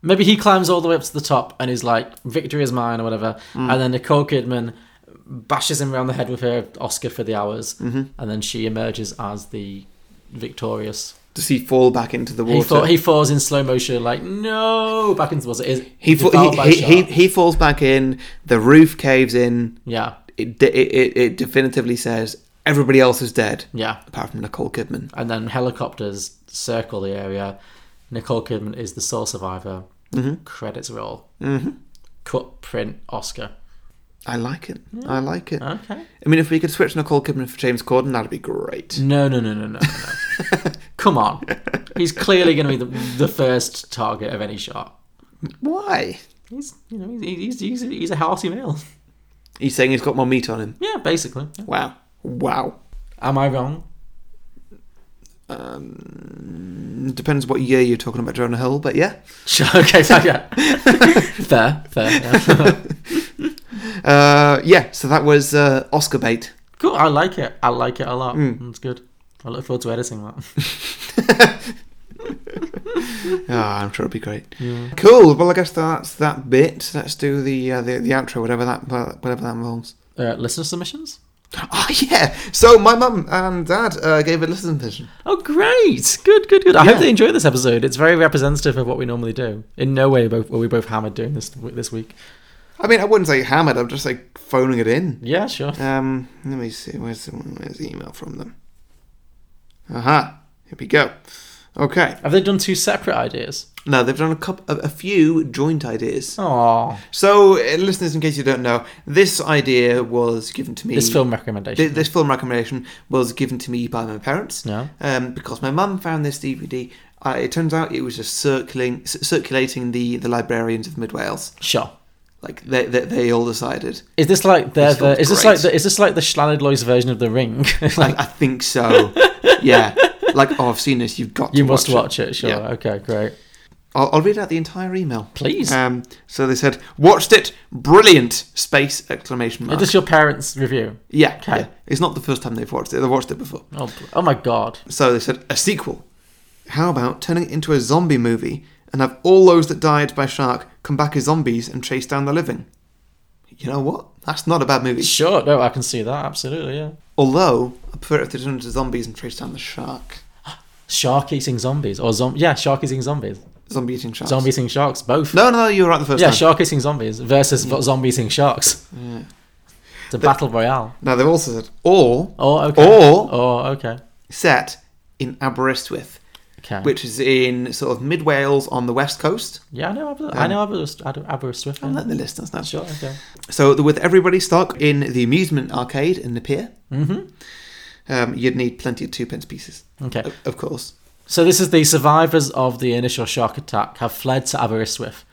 S2: Maybe he climbs all the way up to the top and is like, "Victory is mine" or whatever,
S1: Mm.
S2: and then Nicole Kidman bashes him around the head with her Oscar for the hours,
S1: Mm-hmm.
S2: and then she emerges as the victorious.
S1: Does he fall back into the water?
S2: He, fa- he falls in slow motion, like no, back into the water. It is-
S1: He, fa-
S2: fell by
S1: he,
S2: shot.
S1: he, he, he falls back in. The roof caves in.
S2: yeah,
S1: It, de- it, it, it definitively says everybody else is dead.
S2: yeah,
S1: Apart from Nicole Kidman.
S2: and then helicopters circle the area. Nicole Kidman is the sole survivor. Credits roll. Mm-hmm. Cut print Oscar.
S1: I like it. I like it.
S2: Mm. Okay.
S1: I mean, if we could switch Nicole Kidman for James Corden, that'd be great.
S2: No, no, no, no, no, no. Come on. He's clearly going to be the, the first target of any shot.
S1: Why?
S2: He's, you know, he's, he's, he's, he's a healthy male.
S1: He's saying he's got more meat on him.
S2: Yeah, basically. Yeah.
S1: Wow. Wow.
S2: Am I wrong?
S1: It depends what year you're talking about, Jonah Hill, but yeah.
S2: Sure, okay, so yeah. fair, fair. yeah.
S1: Uh, yeah, so that was uh, Oscar bait.
S2: Cool, I like it. I like it a lot. It's good. I look forward to editing that.
S1: Ah, I'm sure it'll be great. Cool. Well, I guess that's that bit. Let's do the uh, the, the outro, whatever that whatever that involves.
S2: Uh, listener submissions?
S1: Oh yeah. So my mum and dad uh, gave a listen vision.
S2: Oh, great. Good, good, good. I hope
S1: Yeah.
S2: they enjoyed this episode. It's very representative of what we normally do. In no way both, were we both hammered doing this this week.
S1: I mean, I wouldn't say hammered. I'm just like phoning it in.
S2: Yeah, sure.
S1: Um, let me see. Where's the, where's the email from them? Aha. Here we go. Okay.
S2: Have they done two separate ideas?
S1: Now they've done a couple, a, a few joint ideas.
S2: Oh,
S1: So, uh, listeners, in case you don't know, this idea was given to me.
S2: this film
S1: Thi-
S2: recommendation.
S1: This film recommendation was given to me by my parents.
S2: Yeah.
S1: Um, because my mum found this DVD. Uh, it turns out it was just circling, c- circulating the, the librarians of Mid Wales.
S2: sure.
S1: Like they, they, they all decided.
S2: Is this like the,
S1: This
S2: the
S1: film's
S2: is this
S1: great.
S2: like the, is this like the Schlanidlois version of the Ring? like
S1: I think so. yeah. Like oh, I've seen this. You've got.
S2: you
S1: to
S2: must
S1: watch,
S2: watch it. Sure.
S1: Yeah.
S2: Okay. Great.
S1: I'll, I'll read out the entire email.
S2: Please.
S1: Um, so they said, watched it, brilliant! Space exclamation
S2: Is
S1: mark.
S2: this your parents' review?
S1: yeah,
S2: Okay.
S1: yeah. It's not the first time they've watched it. They've watched it before.
S2: Oh, bl- oh my god.
S1: So they said, a sequel. How about turning it into a zombie movie and have all those that died by shark come back as zombies and chase down the living? You know what? That's not a bad movie.
S2: Sure. No, I can see that. Absolutely. Yeah.
S1: Although, I prefer it if they turned into zombies and chased down the shark.
S2: Shark eating zombies or zom- yeah, shark eating zombies.
S1: Zombie eating sharks.
S2: Zombie eating sharks. Both.
S1: No, no, Mm. you were right the first
S2: yeah,
S1: time.
S2: shark eating zombies versus zombie eating sharks. It's a battle royale.
S1: Now they've also said, or
S2: Oh, okay.
S1: Or-
S2: oh, okay.
S1: set in Aberystwyth,
S2: Okay.
S1: which is in ssort of mid Wales on the west coast.
S2: yeah, I know. Aber- I know. Aberystwyth. Aber- Aberystwyth.
S1: I'll
S2: yeah.
S1: let the listeners know.
S2: Sure. Okay.
S1: So th- with everybody stuck in the amusement arcade in the pier, mm-hmm. um, you'd need plenty of two pence pieces,
S2: Okay.
S1: o- of course.
S2: So this is the survivors of the initial shark attack have fled to Aberystwyth,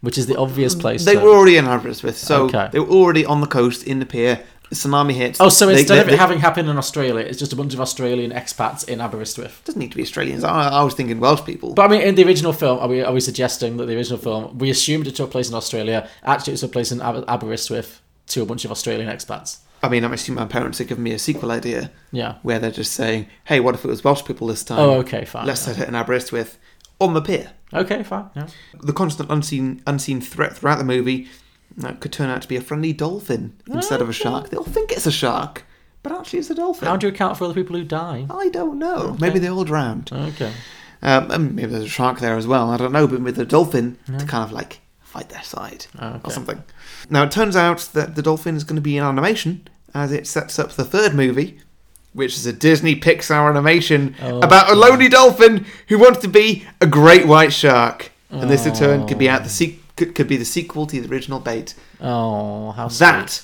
S2: which is the obvious place.
S1: Mm. They
S2: to-
S1: were already in Aberystwyth, so
S2: Okay.
S1: they were already on the coast in the pier. Tsunami hits.
S2: Oh, so
S1: They-
S2: instead
S1: they-
S2: of it
S1: they-
S2: having happened in Australia, it's just a bunch of Australian expats in Aberystwyth.
S1: doesn't need to be Australians. I, I was thinking Welsh people.
S2: But I mean, in the original film, are we are we suggesting that the original film we assumed it took place in Australia? Actually, it took place in Aber- Aberystwyth to a bunch of Australian expats.
S1: I mean, I'm assuming my parents are giving me a sequel idea
S2: Yeah.
S1: where they're just saying, "Hey, what if it was Welsh people this time?"
S2: Oh, okay, fine.
S1: Let's set it in Aberystwyth on the pier.
S2: Okay, fine. Yeah.
S1: the constant unseen unseen threat throughout the movie that could turn out to be a friendly dolphin instead of a shark. They all think it's a shark, but actually it's a dolphin.
S2: How do you account for other people who die?
S1: I don't know. Maybe they all drowned.
S2: Okay.
S1: Um, and maybe there's a shark there as well. I don't know, but with a dolphin to kind of like fight their side or something. Now it turns out that the dolphin is going to be in animation as it sets up the third movie, which is a Disney Pixar animation about a lonely dolphin who wants to be a great white shark, and this in turn could be out the se- could, could be the sequel to the original Bait.
S2: Oh, how sweet.
S1: That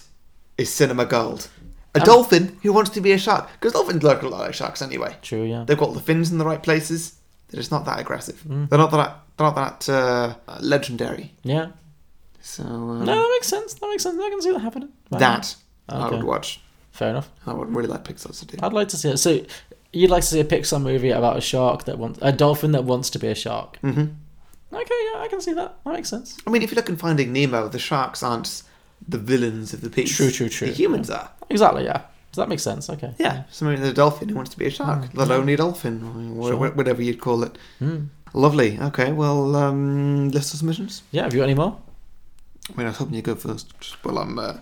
S1: is cinema gold. A dolphin who wants to be a shark because dolphins look a lot like sharks anyway.
S2: True. Yeah.
S1: They've got all the fins in the right places. They're just not that aggressive.
S2: Hmm.
S1: They're not that. They're not that uh, legendary.
S2: Yeah.
S1: So um,
S2: No, that makes sense. That makes sense. I can see that happening. Fine.
S1: that I
S2: Okay.
S1: would watch.
S2: Fair enough.
S1: I would really like Pixar to do.
S2: I'd like to see it. So, You'd like to see a Pixar movie about a shark that wants a dolphin that wants to be a shark. Mm-hmm. Okay, yeah, I can see that. That makes sense.
S1: I mean, if you look in Finding Nemo, the sharks aren't the villains of the piece.
S2: True, true, true.
S1: The humans are.
S2: Exactly, yeah. Does that make sense? Okay.
S1: Yeah, somebody with a dolphin who wants to be a shark,
S2: Hmm.
S1: the lonely dolphin, or wh- wh- whatever you'd call it. Lovely. Okay, well, um, list of submissions.
S2: Yeah. Have you got any more?
S1: I mean, I was hoping you go first. just Well, I'm. Uh,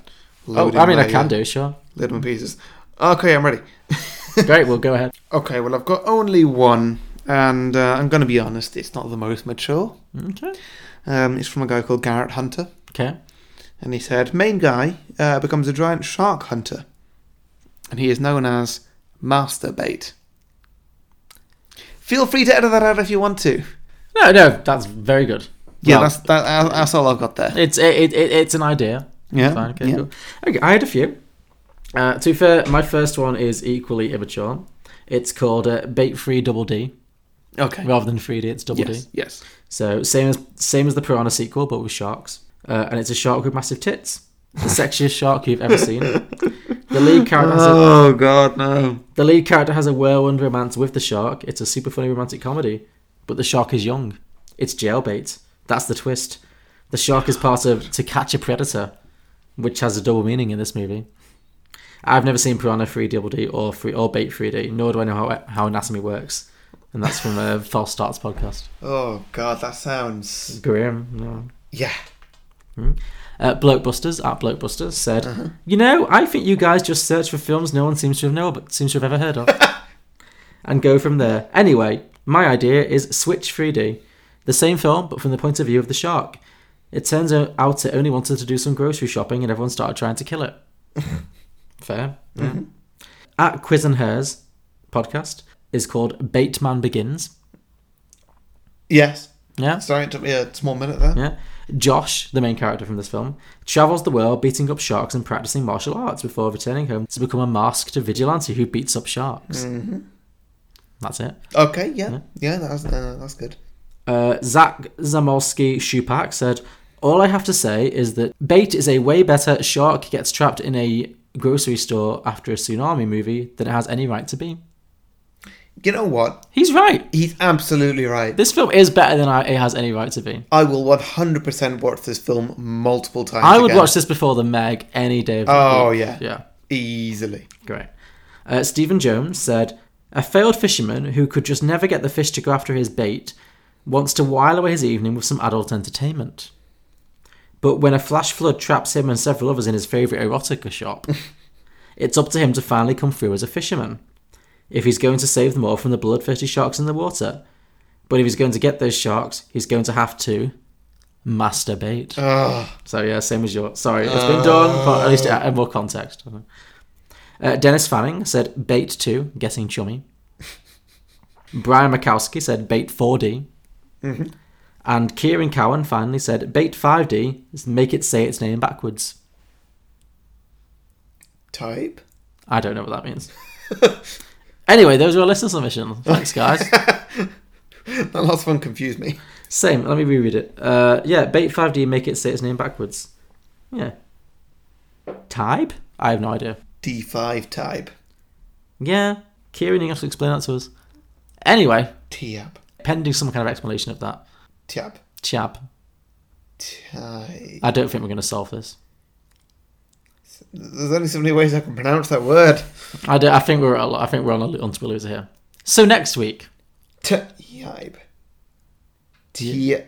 S2: Oh, I mean, I can
S1: do.
S2: do. Sure.
S1: Little my pieces. Okay, I'm ready.
S2: Great. Well, go ahead.
S1: Okay, well, I've got only one, and uh, I'm going to be honest, it's not the most mature.
S2: Okay.
S1: Um, it's from a guy called Garrett Hunter,
S2: Okay.
S1: and he said, Main guy uh, becomes a giant shark hunter, and he is known as Master Bait. Feel free to edit that out if you want to.
S2: No, no, that's very good.
S1: Yeah,
S2: Well,
S1: that's, that, uh, that's all I've got there.
S2: It's it, it, it's an idea.
S1: Yeah,
S2: Fine, okay,
S1: yeah.
S2: cool. Okay, I had a few. Uh, to be fair, my first one is equally immature. It's called uh, Bait Free Double D.
S1: Okay.
S2: Rather than 3D, it's Double
S1: Yes,
S2: D.
S1: yes.
S2: So same as same as the Piranha sequel, but with sharks. Uh, and it's a shark with massive tits. The sexiest shark you've ever seen. The lead character has a,
S1: Oh, God, no.
S2: the lead character has a whirlwind romance with the shark. It's a super funny romantic comedy, but the shark is young. It's jailbait. That's the twist. The shark is part of To Catch a Predator, which has a double meaning in this movie. I've never seen Piranha 3 Double D or free or Bait 3D, nor do I know how, how anatomy works. And that's from a False Starts podcast.
S1: Oh, God, that sounds.
S2: Grim. no.
S1: Yeah.
S2: Uh, Blokebusters at Blokebusters said, "You know, I think you guys just search for films no one seems to have know, but seems to have ever heard of, and go from there. Anyway, my idea is Switch 3D, the same film but from the point of view of the shark. It turns o- out it only wanted to do some grocery shopping, and everyone started trying to kill it. Fair. Yeah. At Quiz and Hers podcast is called Baitman Begins.
S1: Yes.
S2: Yeah,
S1: Sorry, it took me a small minute there.
S2: Yeah. Josh, the main character from this film, travels the world beating up sharks and practicing martial arts before returning home to become a masked vigilante who beats up sharks.
S1: Mm-hmm.
S2: That's it.
S1: Okay, yeah. Yeah, that's, uh, that's good.
S2: Uh, Zach Zamolsky Shupak said, All I have to say is that Bait is a way better shark gets trapped in a grocery store after a tsunami movie than it has any right to be.
S1: You know what?
S2: He's right.
S1: He's absolutely right.
S2: This film is better than I- it has any right to be.
S1: I will 100% watch this film multiple times.
S2: I would
S1: again.
S2: watch this before The Meg any day of the
S1: Oh,
S2: week.
S1: yeah.
S2: Yeah.
S1: easily.
S2: Great. Uh, Stephen Jones said, A failed fisherman who could just never get the fish to go after his bait wants to while away his evening with some adult entertainment. But when a flash flood traps him and several others in his favourite erotica shop, it's up to him to finally come through as a fisherman. If he's going to save them all from the bloodthirsty sharks in the water. But if he's going to get those sharks, he's going to have to masturbate. So yeah, same as yours. Sorry, it's been done, but at least it had more context. Uh, Dennis Fanning said bait two, getting chummy. Brian Mikowski said bait 4D. And Kieran Cowan finally said bait 5D, is make it say its name backwards.
S1: Type?
S2: I don't know what that means. anyway, those were our listener submissions. Thanks, guys.
S1: That last one confused me.
S2: Same. Let me reread it. Uh, yeah, bait 5D, make it say its name backwards. Yeah. Type? I have no idea.
S1: D5 type.
S2: Yeah, Kieran, you have to explain that to us. Anyway,
S1: Tiab.
S2: pending some kind of explanation of that,
S1: Tiab.
S2: chap,
S1: Type.
S2: I don't think we're going to solve this.
S1: There's only so many ways I can pronounce that word.
S2: I, don't- I think we're at a lo- I think we're on a, onto a loser here. So next week,
S1: Tiab. Tiab.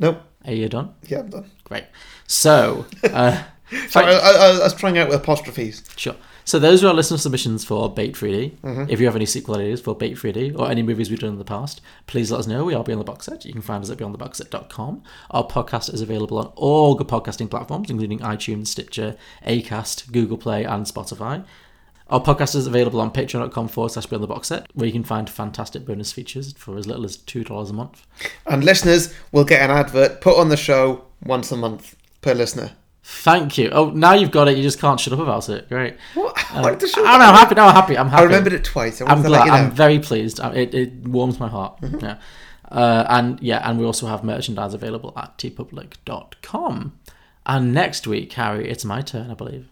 S1: Nope.
S2: are you done?
S1: Yeah, I'm done.
S2: Great. So, uh,
S1: Sorry, I, I, I was trying out with apostrophes.
S2: sure. So those are our listener submissions for Bait 3D.
S1: Mm-hmm.
S2: If you have any sequel ideas for Bait 3D or any movies we've done in the past, please let us know. We are Beyond the Box Set. You can find us at beyondtheboxset.com. Our podcast is available on all good podcasting platforms, including iTunes, Stitcher, Acast, Google Play, and Spotify. Our podcast is available on patreon.com forward slash beyond the box set, where you can find fantastic bonus features for as little as $2 a month.
S1: And listeners will get an advert put on the show once a month per listener.
S2: Thank you. Oh, now you've got it. You just can't shut up about it. Great.
S1: What?
S2: Um,
S1: Why did the show-
S2: I'm, I'm happy. No, I'm happy. I'm happy.
S1: I remembered it twice. I
S2: I'm
S1: wanted to
S2: glad.
S1: let you know. Mm-hmm.
S2: I'm very pleased. Uh, It, it warms my heart. Yeah. Uh, and yeah, and we also have merchandise available at tpublic.com. And next
S1: Mm-hmm.
S2: week, Harry, it's my turn, I believe.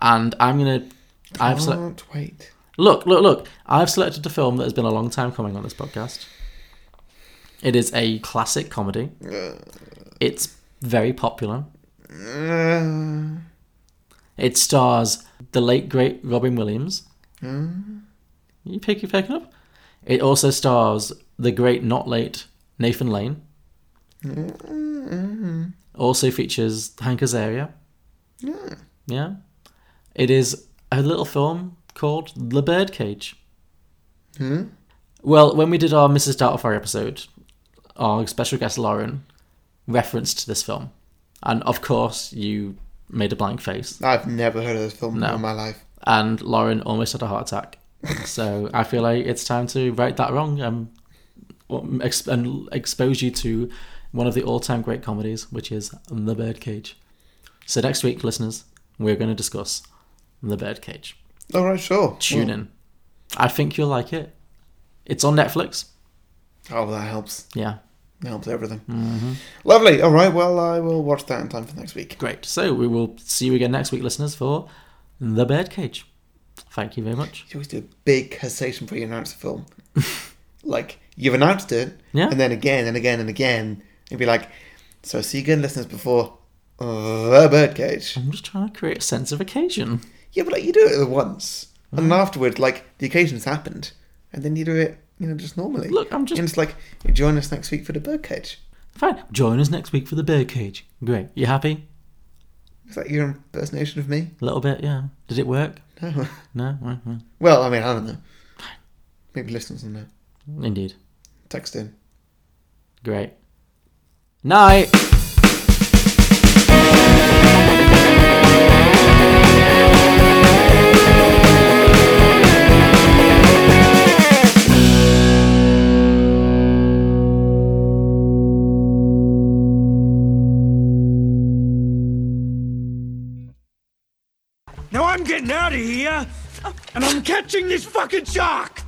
S2: And I'm gonna. I've sele-
S1: Can't wait.
S2: Look, look, look. I've selected a film that has been a long time coming on this podcast. It is a classic comedy. It's very popular. It stars the late great Robin Williams. You pick you picking up? It also stars the great not late Nathan Lane. Also features Hank Azaria. Yeah. It is a little film called The Birdcage. Hmm? Well, when we did our Mrs. Doubtfire episode, our special guest Lauren referenced this film. And of course, you made a blank face.
S1: I've never heard of this film in my life.
S2: And Lauren almost had a heart attack. so I feel like it's time to right that wrong um, um, ex- and expose you to one of the all time great comedies, which is The Birdcage. So next week, listeners, we're going to discuss The Birdcage
S1: All right, sure.
S2: tune in. I think you'll like it. It's on Netflix.
S1: Oh, that helps.
S2: Yeah,
S1: That helps everything.
S2: Mm-hmm.
S1: Lovely. All right. Well, I will watch that in time for next week.
S2: great. So we will see you again next week, listeners, for The Birdcage. Thank you very much.
S1: You always do a big hesitation before you announce a film. like you've announced it,
S2: Yeah.
S1: and then again and again and again, and be like, "So see you again, listeners." Before the birdcage,
S2: I'm just trying to create a sense of occasion.
S1: yeah, but like you do it once,
S2: Mm-hmm.
S1: and then afterwards, like the occasion's happened, and then you do it, you know, just normally.
S2: Look, I'm just-
S1: and it's like you join us next week for the birdcage.
S2: Fine. Join us next week for The Birdcage. Great. You happy?
S1: Is that your impersonation of me?
S2: A little bit, yeah. Did it work?
S1: No.
S2: No? Mm, mm.
S1: well, I mean, I don't know. Maybe listeners will know.
S2: Indeed.
S1: Text in.
S2: Great. Night.
S6: Now I'm getting out of here, and I'm catching this fucking shark.